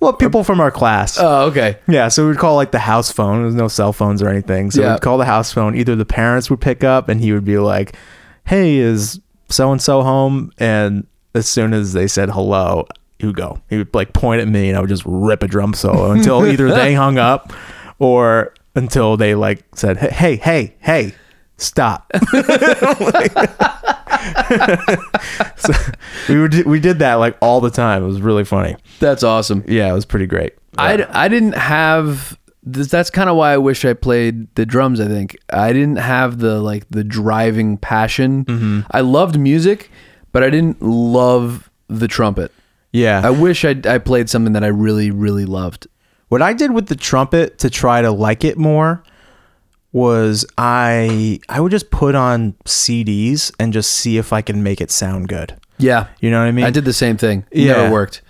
Speaker 1: well, people from our class.
Speaker 2: Oh, okay.
Speaker 1: Yeah, so we'd call like the house phone. There's no cell phones or anything. So
Speaker 2: Yeah.
Speaker 1: we'd call the house phone. Either the parents would pick up and he would be like, Hey, is so and so home? And as soon as they said hello, he would go. He would like point at me and I would just rip a drum solo until either they hung up or until they like said, Hey, hey, hey, hey, stop. so we were we did that like all the time. It was really funny.
Speaker 2: That's awesome.
Speaker 1: Yeah, it was pretty great.
Speaker 2: I, I didn't have this, that's kind of why I wish I played the drums I think I didn't have the like the driving passion
Speaker 1: Mm-hmm.
Speaker 2: I loved music but I didn't love the trumpet
Speaker 1: yeah.
Speaker 2: I wish I I played something that I really really loved
Speaker 1: What I did with the trumpet to try to like it more was I I would just put on CDs and just see if I can make it sound good.
Speaker 2: yeah
Speaker 1: You know what I mean?
Speaker 2: I did the same thing
Speaker 1: Yeah.
Speaker 2: never worked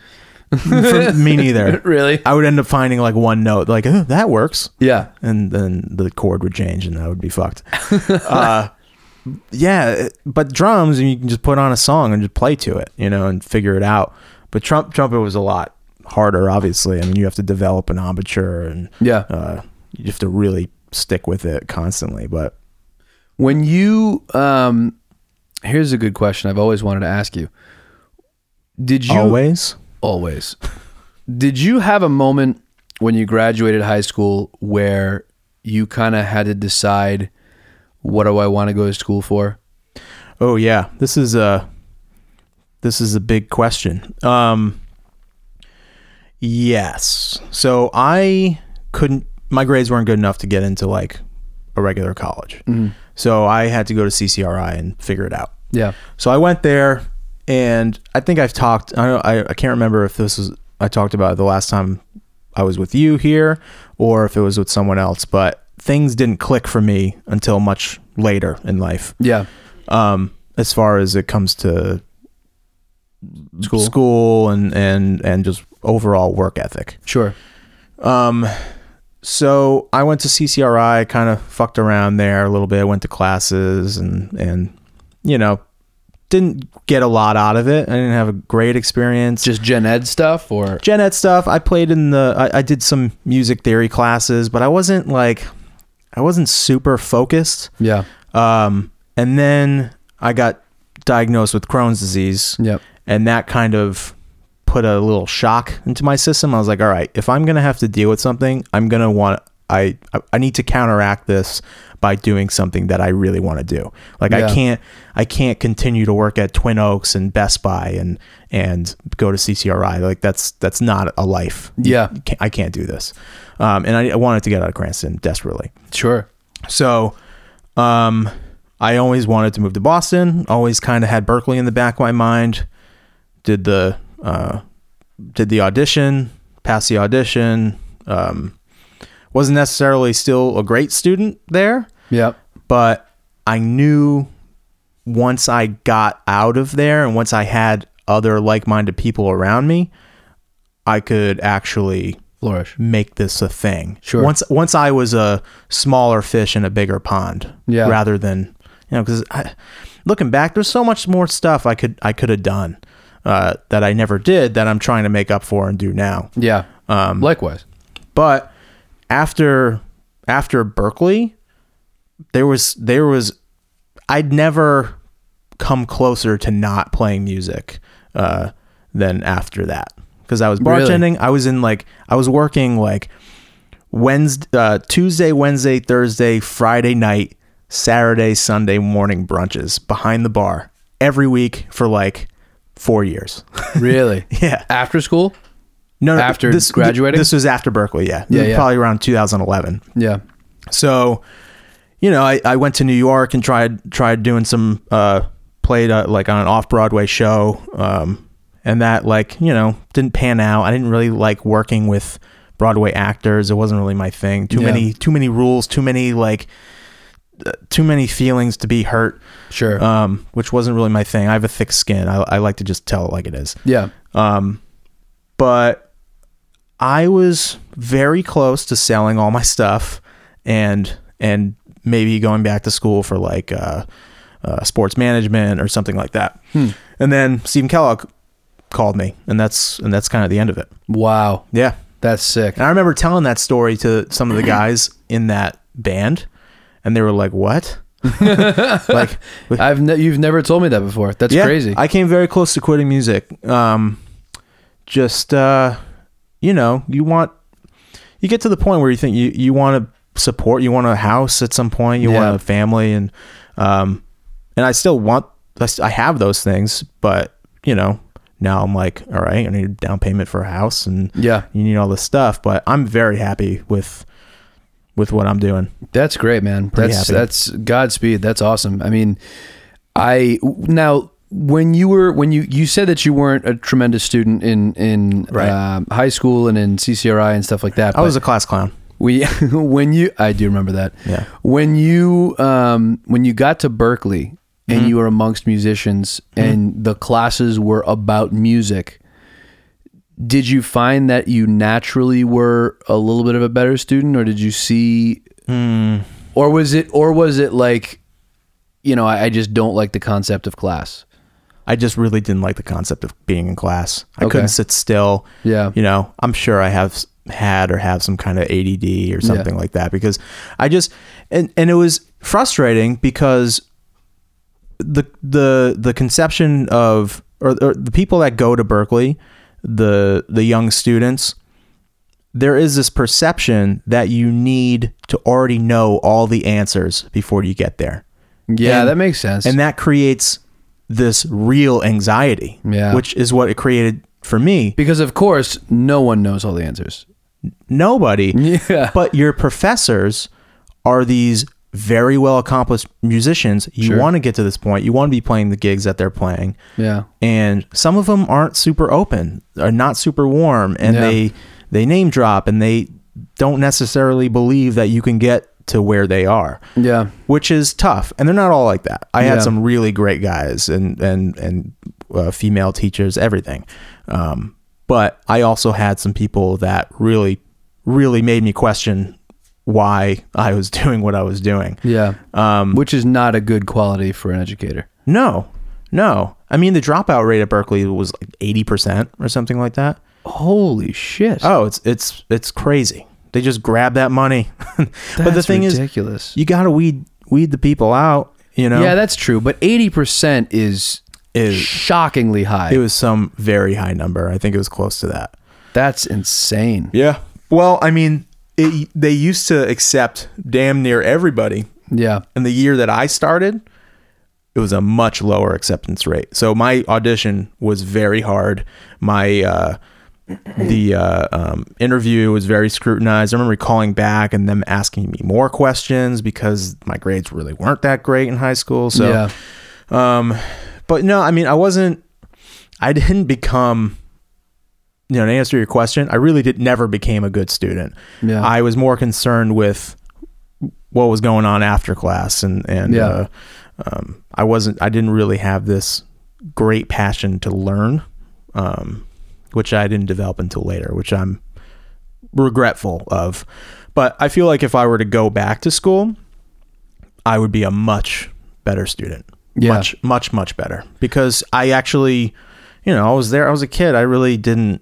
Speaker 1: For me neither.
Speaker 2: really
Speaker 1: I would end up finding like one note, like oh, that works,
Speaker 2: yeah
Speaker 1: and then the chord would change, and I would be fucked. uh, yeah, it- but drums, you can just put on a song and just play to it, you know, and figure it out. But trump trumpet was a lot harder, obviously. I mean, you have to develop an embouchure and
Speaker 2: yeah
Speaker 1: uh, you have to really stick with it constantly. But
Speaker 2: When you um here's a good question I've always wanted to ask you. Did you
Speaker 1: always,
Speaker 2: always Did you have a moment when you graduated high school where you kind of had to decide what do I want to go to school for?
Speaker 1: oh yeah, this is a this is a big question. Um, yes, so I couldn't. My grades weren't good enough to get into like a regular college, so I had to go to CCRI and figure it out.
Speaker 2: Yeah.
Speaker 1: So I went there, and I think I've talked. I don't, I, I can't remember if this was I talked about it the last time I was with you here, or if it was with someone else. But things didn't click for me until much later in life.
Speaker 2: Yeah.
Speaker 1: Um, as far as it comes to
Speaker 2: School.
Speaker 1: school and and and just overall work ethic.
Speaker 2: Sure.
Speaker 1: Um, so I went to CCRI, kind of fucked around there a little bit. Went to classes and and you know didn't get a lot out of it. I didn't have a great experience.
Speaker 2: Just gen ed stuff or
Speaker 1: Gen Ed stuff. I played in the. I, I did some music theory classes, but I wasn't like, I wasn't super focused.
Speaker 2: Yeah.
Speaker 1: Um, and then I got diagnosed with Crohn's disease
Speaker 2: Yep.
Speaker 1: and that kind of put a little shock into my system. I was like, all right, if I'm gonna have to deal with something, I'm gonna want I I- I need to counteract this by doing something that I really want to do. Like
Speaker 2: Yeah.
Speaker 1: I can't I can't continue to work at Twin Oaks and Best Buy and and go to CCRI. Like that's that's not a life.
Speaker 2: Yeah.
Speaker 1: You can't- I can't do this. Um, and I, I wanted to get out of Cranston desperately.
Speaker 2: Sure.
Speaker 1: So, um, I always wanted to move to Boston. Always kind of had Berkeley in the back of my mind. Did the uh, did the audition, passed the audition. Um, wasn't necessarily still a great student there,
Speaker 2: Yep.
Speaker 1: but I knew once I got out of there and once I had other like-minded people around me, I could actually
Speaker 2: Flourish.
Speaker 1: make this a thing.
Speaker 2: Sure.
Speaker 1: Once once I was a smaller fish in a bigger pond,
Speaker 2: Yeah.
Speaker 1: rather than you know because looking back, there's so much more stuff I could I could have done uh, that I never did that I'm trying to make up for and do now.
Speaker 2: Yeah. Um likewise.
Speaker 1: But after after Berkeley, there was there was I'd never come closer to not playing music uh, than after that because I was
Speaker 2: Really?
Speaker 1: bartending. I was in like I was working like Wednesday, uh, Tuesday, Wednesday, Thursday, Friday night, Saturday, Sunday morning brunches behind the bar every week for like four years.
Speaker 2: Really?
Speaker 1: yeah.
Speaker 2: After school?
Speaker 1: No, no,
Speaker 2: After graduating?
Speaker 1: This was after Berkeley, yeah.
Speaker 2: Yeah, yeah.
Speaker 1: Probably around 2011.
Speaker 2: Yeah.
Speaker 1: So, you know, I, I went to New York and tried tried doing some uh, played uh, like on an off Broadway show, um, and that like you know didn't pan out. I didn't really like working with Broadway actors. It wasn't really my thing. Too
Speaker 2: Yeah.
Speaker 1: many too many rules. Too many like uh, too many feelings to be hurt.
Speaker 2: Sure.
Speaker 1: Um, which wasn't really my thing. I have a thick skin. I, I like to just tell it like it is.
Speaker 2: yeah.
Speaker 1: Um, but I was very close to selling all my stuff and and maybe going back to school for like uh, uh, sports management or something like that. And then Stephen Kellogg called me, and that's and that's kind of the end of it.
Speaker 2: Wow.
Speaker 1: Yeah,
Speaker 2: That's sick.
Speaker 1: and I remember telling that story to some of the guys in that band, and they were like, "What?" like
Speaker 2: I've ne- you've never told me that before. That's crazy.
Speaker 1: I came very close to quitting music. Um, just uh, you know, you want you get to the point where you think you you want to support, you want a house at some point, you
Speaker 2: Yeah.
Speaker 1: want a family, and um, and I still want I s- I have those things, but you know, now I'm like, all right, I need a down payment for a house, and
Speaker 2: yeah.
Speaker 1: you need all this stuff, but I'm very happy with with what I'm doing.
Speaker 2: That's great, man.
Speaker 1: Pretty
Speaker 2: that's
Speaker 1: happy.
Speaker 2: that's Godspeed. That's awesome. I mean, I now when you were when you you said that you weren't a tremendous student in in
Speaker 1: Right.
Speaker 2: um, high school and in CCRI and stuff like that.
Speaker 1: I was
Speaker 2: but
Speaker 1: a class clown.
Speaker 2: we when you I do remember that.
Speaker 1: Yeah.
Speaker 2: When you um when you got to Berkeley and
Speaker 1: Mm-hmm.
Speaker 2: you were amongst musicians and the classes were about music, did you find that you naturally were a little bit of a better student or did you see
Speaker 1: Hmm.
Speaker 2: or was it or was it like you know, I, I just don't like the concept of class.
Speaker 1: I just really didn't like the concept of being in class. I
Speaker 2: Okay.
Speaker 1: couldn't sit still.
Speaker 2: Yeah.
Speaker 1: You know, I'm sure I have s- had or have some kind of ADD or something like that because I just and and it was frustrating because the the the conception of or, or the people that go to Berkeley, the the young students, there is this perception that you need to already know all the answers before you get there.
Speaker 2: Yeah,
Speaker 1: And-
Speaker 2: that makes sense.
Speaker 1: And that creates this real anxiety,
Speaker 2: Yeah.
Speaker 1: which is what it created for me.
Speaker 2: because of course no one knows all the answers.
Speaker 1: Nobody,
Speaker 2: Yeah.
Speaker 1: but your professors are these very well accomplished musicians. You
Speaker 2: Sure.
Speaker 1: want to get to this point, you want to be playing the gigs that they're playing.
Speaker 2: Yeah.
Speaker 1: And some of them aren't super open, are not super warm, and
Speaker 2: Yeah.
Speaker 1: they they name drop and they don't necessarily believe that you can get to where they are.
Speaker 2: Yeah.
Speaker 1: which is tough. And they're not all like that. I
Speaker 2: Yeah.
Speaker 1: had some really great guys and and and uh, female teachers, everything. Um, but I also had some people that really, really made me question why I was doing what I was doing.
Speaker 2: Yeah.
Speaker 1: Um,
Speaker 2: which is not a good quality for an educator.
Speaker 1: no, no. I mean, the dropout rate at Berkeley was like eighty percent or something like that.
Speaker 2: Holy shit!
Speaker 1: Oh, it's it's it's crazy. They just grab that money. but the
Speaker 2: That's
Speaker 1: thing is,
Speaker 2: ridiculous.
Speaker 1: you got to weed weed the people out. You know,
Speaker 2: Yeah, that's true. But eighty percent is
Speaker 1: Is-
Speaker 2: shockingly high.
Speaker 1: It was some very high number. I think it was close to that.
Speaker 2: that's insane.
Speaker 1: Yeah. Well, I mean, it, they used to accept damn near everybody.
Speaker 2: Yeah.
Speaker 1: And the year that I started, it was a much lower acceptance rate. So my audition was very hard. My uh, the uh, um, interview was very scrutinized. I remember calling back and them asking me more questions because my grades really weren't that great in high school. So
Speaker 2: yeah.
Speaker 1: um, but no, I mean, I wasn't. I didn't become. You know, to answer your question, I really did never became a good student.
Speaker 2: Yeah.
Speaker 1: I was more concerned with what was going on after class, and and
Speaker 2: Yeah.
Speaker 1: uh, um, I wasn't. I didn't really have this great passion to learn, um, which I didn't develop until later, which I'm regretful of. But I feel like if I were to go back to school, I would be a much better student.
Speaker 2: Yeah.
Speaker 1: Much, much, much better. Because I actually, you know, I was there, I was a kid. I really didn't,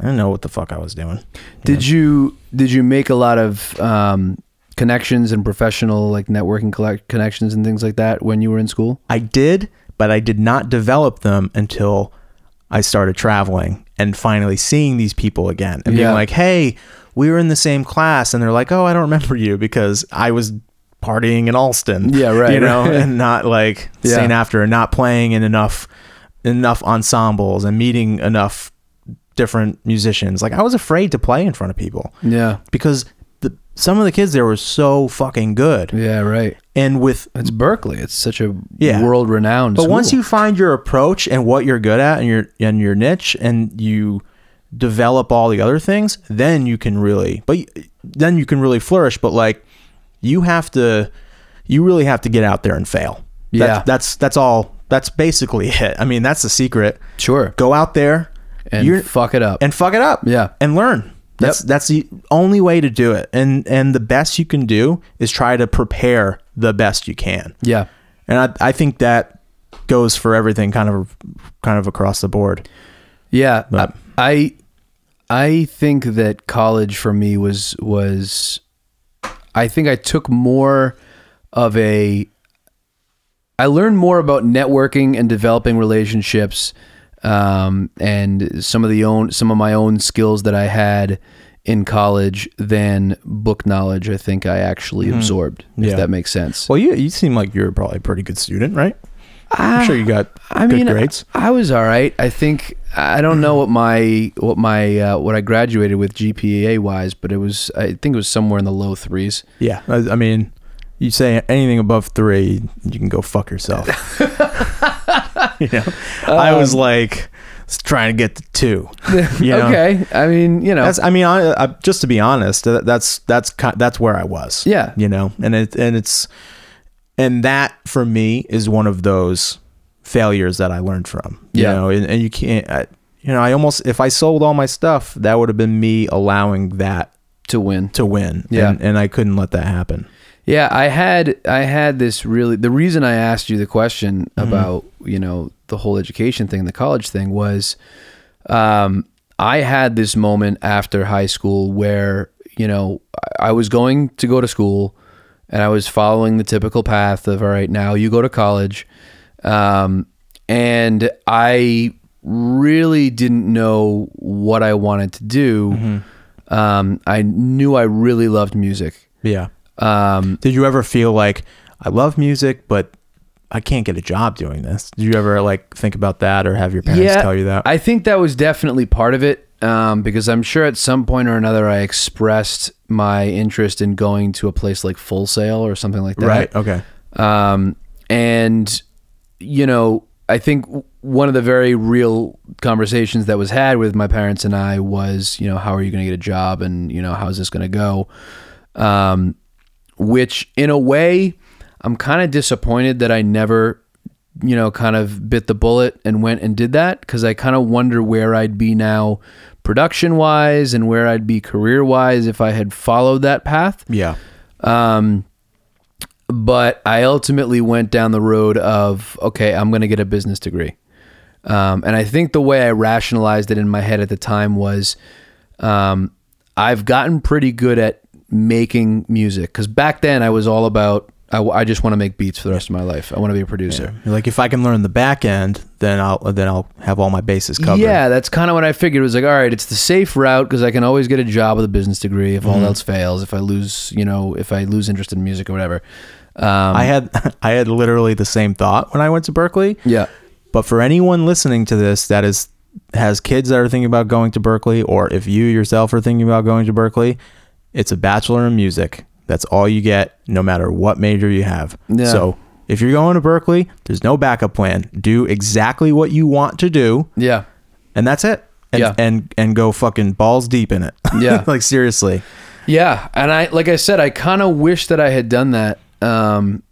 Speaker 1: I didn't know what the fuck I was doing.
Speaker 2: Did you did you make a lot of um, connections and professional like networking collect- connections and things like that when you were in school?
Speaker 1: I did, but I did not develop them until I started traveling and finally seeing these people again and
Speaker 2: Yeah.
Speaker 1: being like, hey, we were in the same class. And they're like, oh, I don't remember you because I was partying in Alston.
Speaker 2: Yeah, right,
Speaker 1: You know,
Speaker 2: right.
Speaker 1: and not like
Speaker 2: Yeah.
Speaker 1: staying after and not playing in enough enough ensembles and meeting enough different musicians. Like I was afraid to play in front of people
Speaker 2: Yeah.
Speaker 1: because the Some of the kids there were so fucking good.
Speaker 2: Yeah, right.
Speaker 1: And with
Speaker 2: It's Berkeley. It's such a
Speaker 1: Yeah.
Speaker 2: world renowned.
Speaker 1: But once you find your approach and what you're good at and your and your niche and you develop all the other things, then you can really but y- then you can really flourish, but like you have to you really have to get out there and fail.
Speaker 2: Yeah.
Speaker 1: That's that's, that's all that's basically it. I mean, that's the secret.
Speaker 2: sure
Speaker 1: Go out there
Speaker 2: and
Speaker 1: you're-
Speaker 2: fuck it up.
Speaker 1: and fuck it up.
Speaker 2: Yeah.
Speaker 1: And learn. That's that's the only way to do it. And and the best you can do is try to prepare the best you can.
Speaker 2: yeah,
Speaker 1: And I, I think that goes for everything kind of kind of across the board.
Speaker 2: yeah.
Speaker 1: But-
Speaker 2: I I think that college for me was was I think I took more of a I learned more about networking and developing relationships um, and some of the own some of my own skills that I had in college than book knowledge I think I actually absorbed
Speaker 1: Hmm. Yeah.
Speaker 2: if that makes sense.
Speaker 1: Well, you you seem like you're probably a pretty good student, right? I'm sure you got
Speaker 2: I
Speaker 1: good
Speaker 2: mean,
Speaker 1: grades. Mm.
Speaker 2: I was all right. I think I don't know what my what my uh, what I graduated with GPA wise, but it was I think it was somewhere in the low threes.
Speaker 1: Yeah. I, I mean, you say anything above three, you can go fuck yourself. you know, I was like s- trying to get to two. You know?
Speaker 2: Okay, I mean, you know,
Speaker 1: That's. I mean, I, I, just to be honest, that, that's that's ki- that's where I was.
Speaker 2: Yeah.
Speaker 1: You know, and it and it's and that for me is one of those failures that I learned from. You
Speaker 2: Yeah.
Speaker 1: know, and, and you can't. I, you know, I almost if I sold all my stuff, that would have been me allowing that
Speaker 2: to win.
Speaker 1: to win.
Speaker 2: Yeah.
Speaker 1: And, and I couldn't let that happen.
Speaker 2: Yeah, I had I had this really the reason I asked you the question about, you know, the whole education thing, the college thing was um I had this moment after high school where, you know, I- I was going to go to school and I was following the typical path of all right, now you go to college. Um and I really didn't know what I wanted to do. Um I knew I really loved music.
Speaker 1: Yeah.
Speaker 2: Um
Speaker 1: Did you ever feel like I love music, but I can't get a job doing this? Did you ever like think about that, or have your parents tell you that?
Speaker 2: I think that was definitely part of it um, because I'm sure at some point or another I expressed my interest in going to a place like Full Sail or something like that.
Speaker 1: right. Okay.
Speaker 2: Um, and, you know, I think w- one of the very real conversations that was had with my parents and I was, you know, how are you going to get a job and, you know, how's this going to go? Um, which, in a way, I'm kind of disappointed that I never, you know, kind of bit the bullet and went and did that because I kind of wonder where I'd be now production wise and where I'd be career wise if I had followed that path
Speaker 1: Yeah.
Speaker 2: but I ultimately went down the road of okay, I'm going to get a business degree, um, and I think the way I rationalized it in my head at the time was, um, I've gotten pretty good at making music because back then I was all about I, I just want to make beats for the rest of my life. I want to be a producer.
Speaker 1: You're like if I can learn the back end, then I'll then I'll have all my bases covered.
Speaker 2: Yeah, that's kind of what I figured. It was like, all right, it's the safe route because I can always get a job with a business degree if all else fails. If I lose, you know, if I lose interest in music or whatever. Um,
Speaker 1: I had I had literally the same thought when I went to Berkeley.
Speaker 2: yeah.
Speaker 1: But for anyone listening to this that is has kids that are thinking about going to Berkeley, or if you yourself are thinking about going to Berkeley, it's a bachelor in music. That's all you get, no matter what major you have.
Speaker 2: Yeah.
Speaker 1: So if you're going to Berkeley, there's no backup plan. Do exactly what you want to do,
Speaker 2: Yeah.
Speaker 1: and that's it. And,
Speaker 2: Yeah.
Speaker 1: and and go fucking balls deep in it.
Speaker 2: Yeah.
Speaker 1: like seriously.
Speaker 2: Yeah, and I like I said, I kind of wish that I had done that. Um,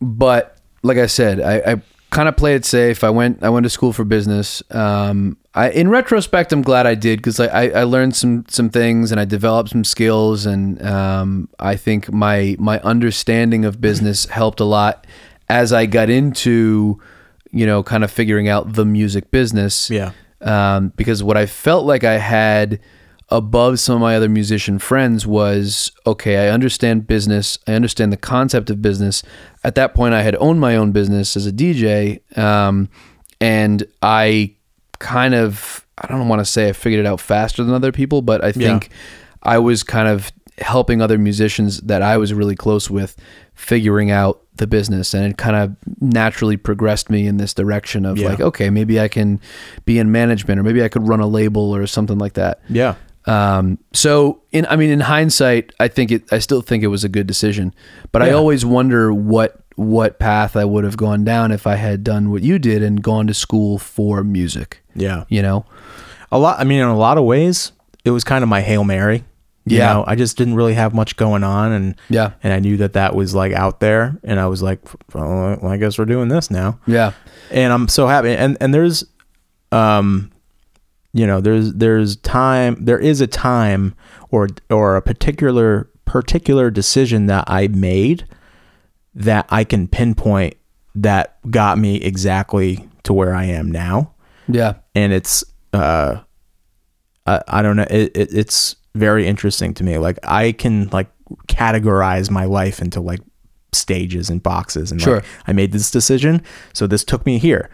Speaker 2: but like I said, I, I kind of played it safe. I went I went to school for business. Um, I in retrospect, I'm glad I did because I, I I learned some some things and I developed some skills and um, I think my my understanding of business helped a lot as I got into you know kind of figuring out the music business
Speaker 1: Yeah.
Speaker 2: um, because what I felt like I had above some of my other musician friends was okay, I understand business, I understand the concept of business. At that point, I had owned my own business as a DJ, um, and I kind of I don't want to say I figured it out faster than other people, but I
Speaker 1: Yeah.
Speaker 2: think I was kind of helping other musicians that I was really close with figuring out the business and it kind of naturally progressed me in this direction of
Speaker 1: Yeah.
Speaker 2: like okay maybe I can be in management or maybe I could run a label or something like that
Speaker 1: Yeah.
Speaker 2: Um, so in, I mean, in hindsight, I think it, I still think it was a good decision, but I
Speaker 1: Yeah.
Speaker 2: always wonder what, what path I would have gone down if I had done what you did and gone to school for music,
Speaker 1: Yeah.
Speaker 2: you know?
Speaker 1: A lot. I mean, in a lot of ways, it was kind of my hail mary. You
Speaker 2: Yeah.
Speaker 1: know, I just didn't really have much going on, and
Speaker 2: Yeah.
Speaker 1: and I knew that that was like out there, and I was like, well, I guess we're doing this now,
Speaker 2: Yeah.
Speaker 1: and I'm so happy. And and there's, um, you know, there's there's time, there is a time or or a particular particular decision that I made that I can pinpoint that got me exactly to where I am now
Speaker 2: Yeah.
Speaker 1: and it's uh i, I don't know it, it, it's very interesting to me like i can like categorize my life into like stages and boxes and like,
Speaker 2: Sure.
Speaker 1: i made this decision so this took me here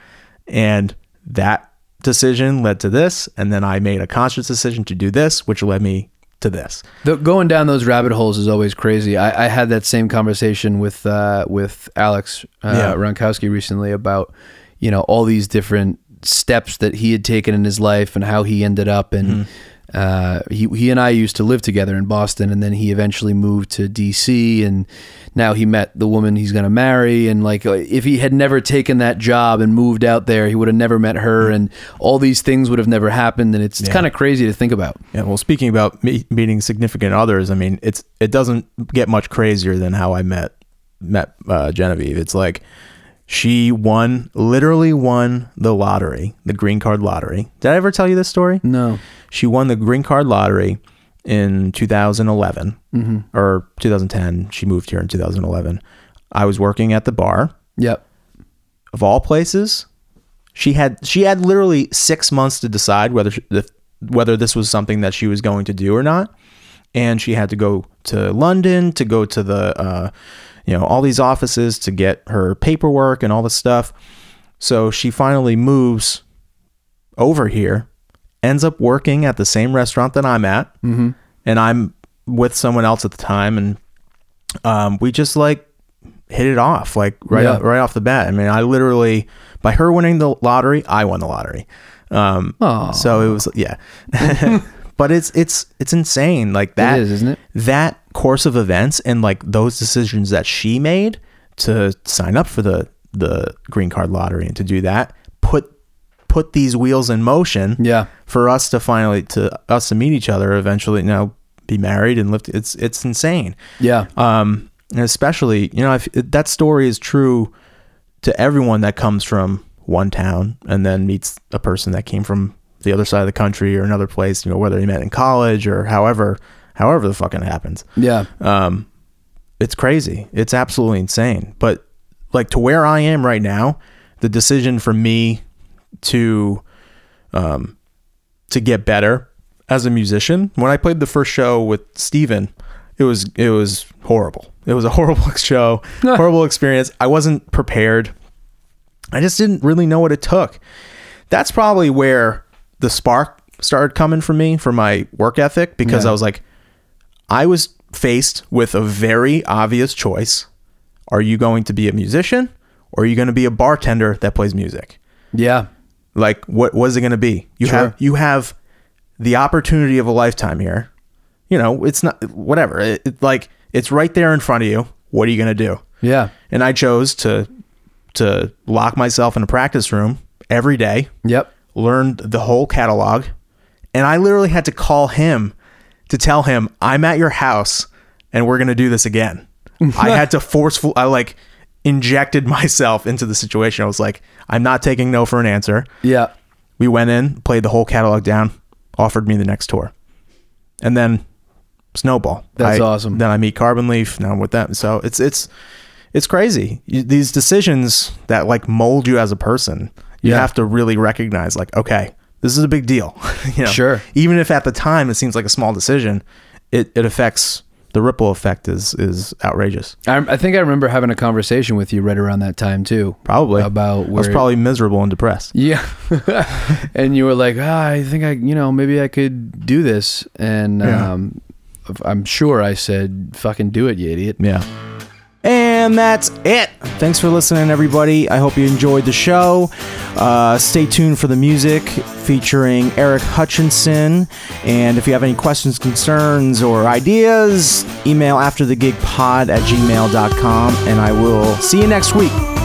Speaker 1: and that decision led to this and then i made a conscious decision to do this which led me to this
Speaker 2: The, going down those rabbit holes is always crazy. I, I had that same conversation with uh, with Alex uh,
Speaker 1: Yeah.
Speaker 2: Ronkowski recently about you know all these different steps that he had taken in his life and how he ended up
Speaker 1: Mm-hmm.
Speaker 2: and uh, he he and I used to live together in Boston and then he eventually moved to D.C. and now he met the woman he's going to marry and like uh, if he had never taken that job and moved out there he would have never met her and all these things would have never happened and it's, it's
Speaker 1: Mm-hmm. Yeah.
Speaker 2: kind of crazy to think about.
Speaker 1: yeah well speaking about me- meeting significant others i mean it's it doesn't get much crazier than how i met met uh, genevieve it's like she won literally won the lottery the green card lottery did i ever tell you this story
Speaker 2: No.
Speaker 1: she won the green card lottery in 2011 or 2010 she moved here in 2011 i was working at the bar
Speaker 2: Yep.
Speaker 1: of all places she had she had literally six months to decide whether she, if, whether this was something that she was going to do or not and she had to go to london to go to the uh, you know all these offices to get her paperwork and all this stuff so she finally moves over here ends up working at the same restaurant that i'm at mm-hmm. and i'm with someone else at the time and um, we just like hit it off like right
Speaker 2: Yeah.
Speaker 1: off, right off the bat. I mean, I literally by her winning the lottery, I won the lottery. Um,
Speaker 2: Aw.
Speaker 1: so it was yeah, but it's it's it's insane like that
Speaker 2: is, isn't it?
Speaker 1: That course of events and like those decisions that she made to sign up for the the green card lottery and to do that put put these wheels in motion
Speaker 2: Yeah.
Speaker 1: for us to finally to us to meet each other eventually now be married and live it's it's insane
Speaker 2: Yeah.
Speaker 1: um, and especially you know if that story is true to everyone that comes from one town and then meets a person that came from the other side of the country or another place you know whether they met in college or however however the fucking happens
Speaker 2: Yeah.
Speaker 1: um, it's crazy it's absolutely insane but like to where i am right now the decision for me to um, to get better as a musician. When I played the first show with Steven, it was it was horrible. It was a horrible show, horrible experience. I wasn't prepared. I just didn't really know what it took. That's probably where the spark started coming for me for my work ethic because
Speaker 2: Yeah.
Speaker 1: I was like I was faced with a very obvious choice. Are you going to be a musician or are you going to be a bartender that plays music?
Speaker 2: Yeah.
Speaker 1: Like what was it going to be? You
Speaker 2: Sure.
Speaker 1: have you have the opportunity of a lifetime here. You know, it's not whatever. It, it- like it's right there in front of you. What are you going to do?
Speaker 2: Yeah.
Speaker 1: And I chose to to lock myself in a practice room every day,
Speaker 2: Yep.
Speaker 1: learned the whole catalog, and I literally had to call him to tell him I'm at your house and we're going to do this again. I had to forceful I like injected myself into the situation. I was like, I'm not taking no for an answer.
Speaker 2: Yeah.
Speaker 1: We went in, played the whole catalog down, offered me the next tour, and then snowball.
Speaker 2: That's
Speaker 1: I-
Speaker 2: awesome.
Speaker 1: Then I meet Carbon Leaf. Now I'm with them. So it's it's it's crazy. You, these decisions that like mold you as a person. You
Speaker 2: Yeah.
Speaker 1: have to really recognize like, okay, this is a big deal. you know,
Speaker 2: Sure.
Speaker 1: Even if at the time it seems like a small decision, it it affects the ripple effect is is outrageous.
Speaker 2: I, I think I remember having a conversation with you right around that time too.
Speaker 1: Probably
Speaker 2: About
Speaker 1: I was
Speaker 2: where-
Speaker 1: probably miserable and depressed.
Speaker 2: Yeah. and you were like, ah, I think I, you know, maybe I could do this. And
Speaker 1: Yeah.
Speaker 2: um, I'm sure I said, fucking do it, you idiot.
Speaker 1: Yeah. And And that's it. Thanks for listening, everybody. I hope you enjoyed the show. Uh, stay tuned for the music featuring Eric Hutchinson. And if you have any questions, concerns, or ideas, email afterthegigpod at gmail.com. And I will see you next week.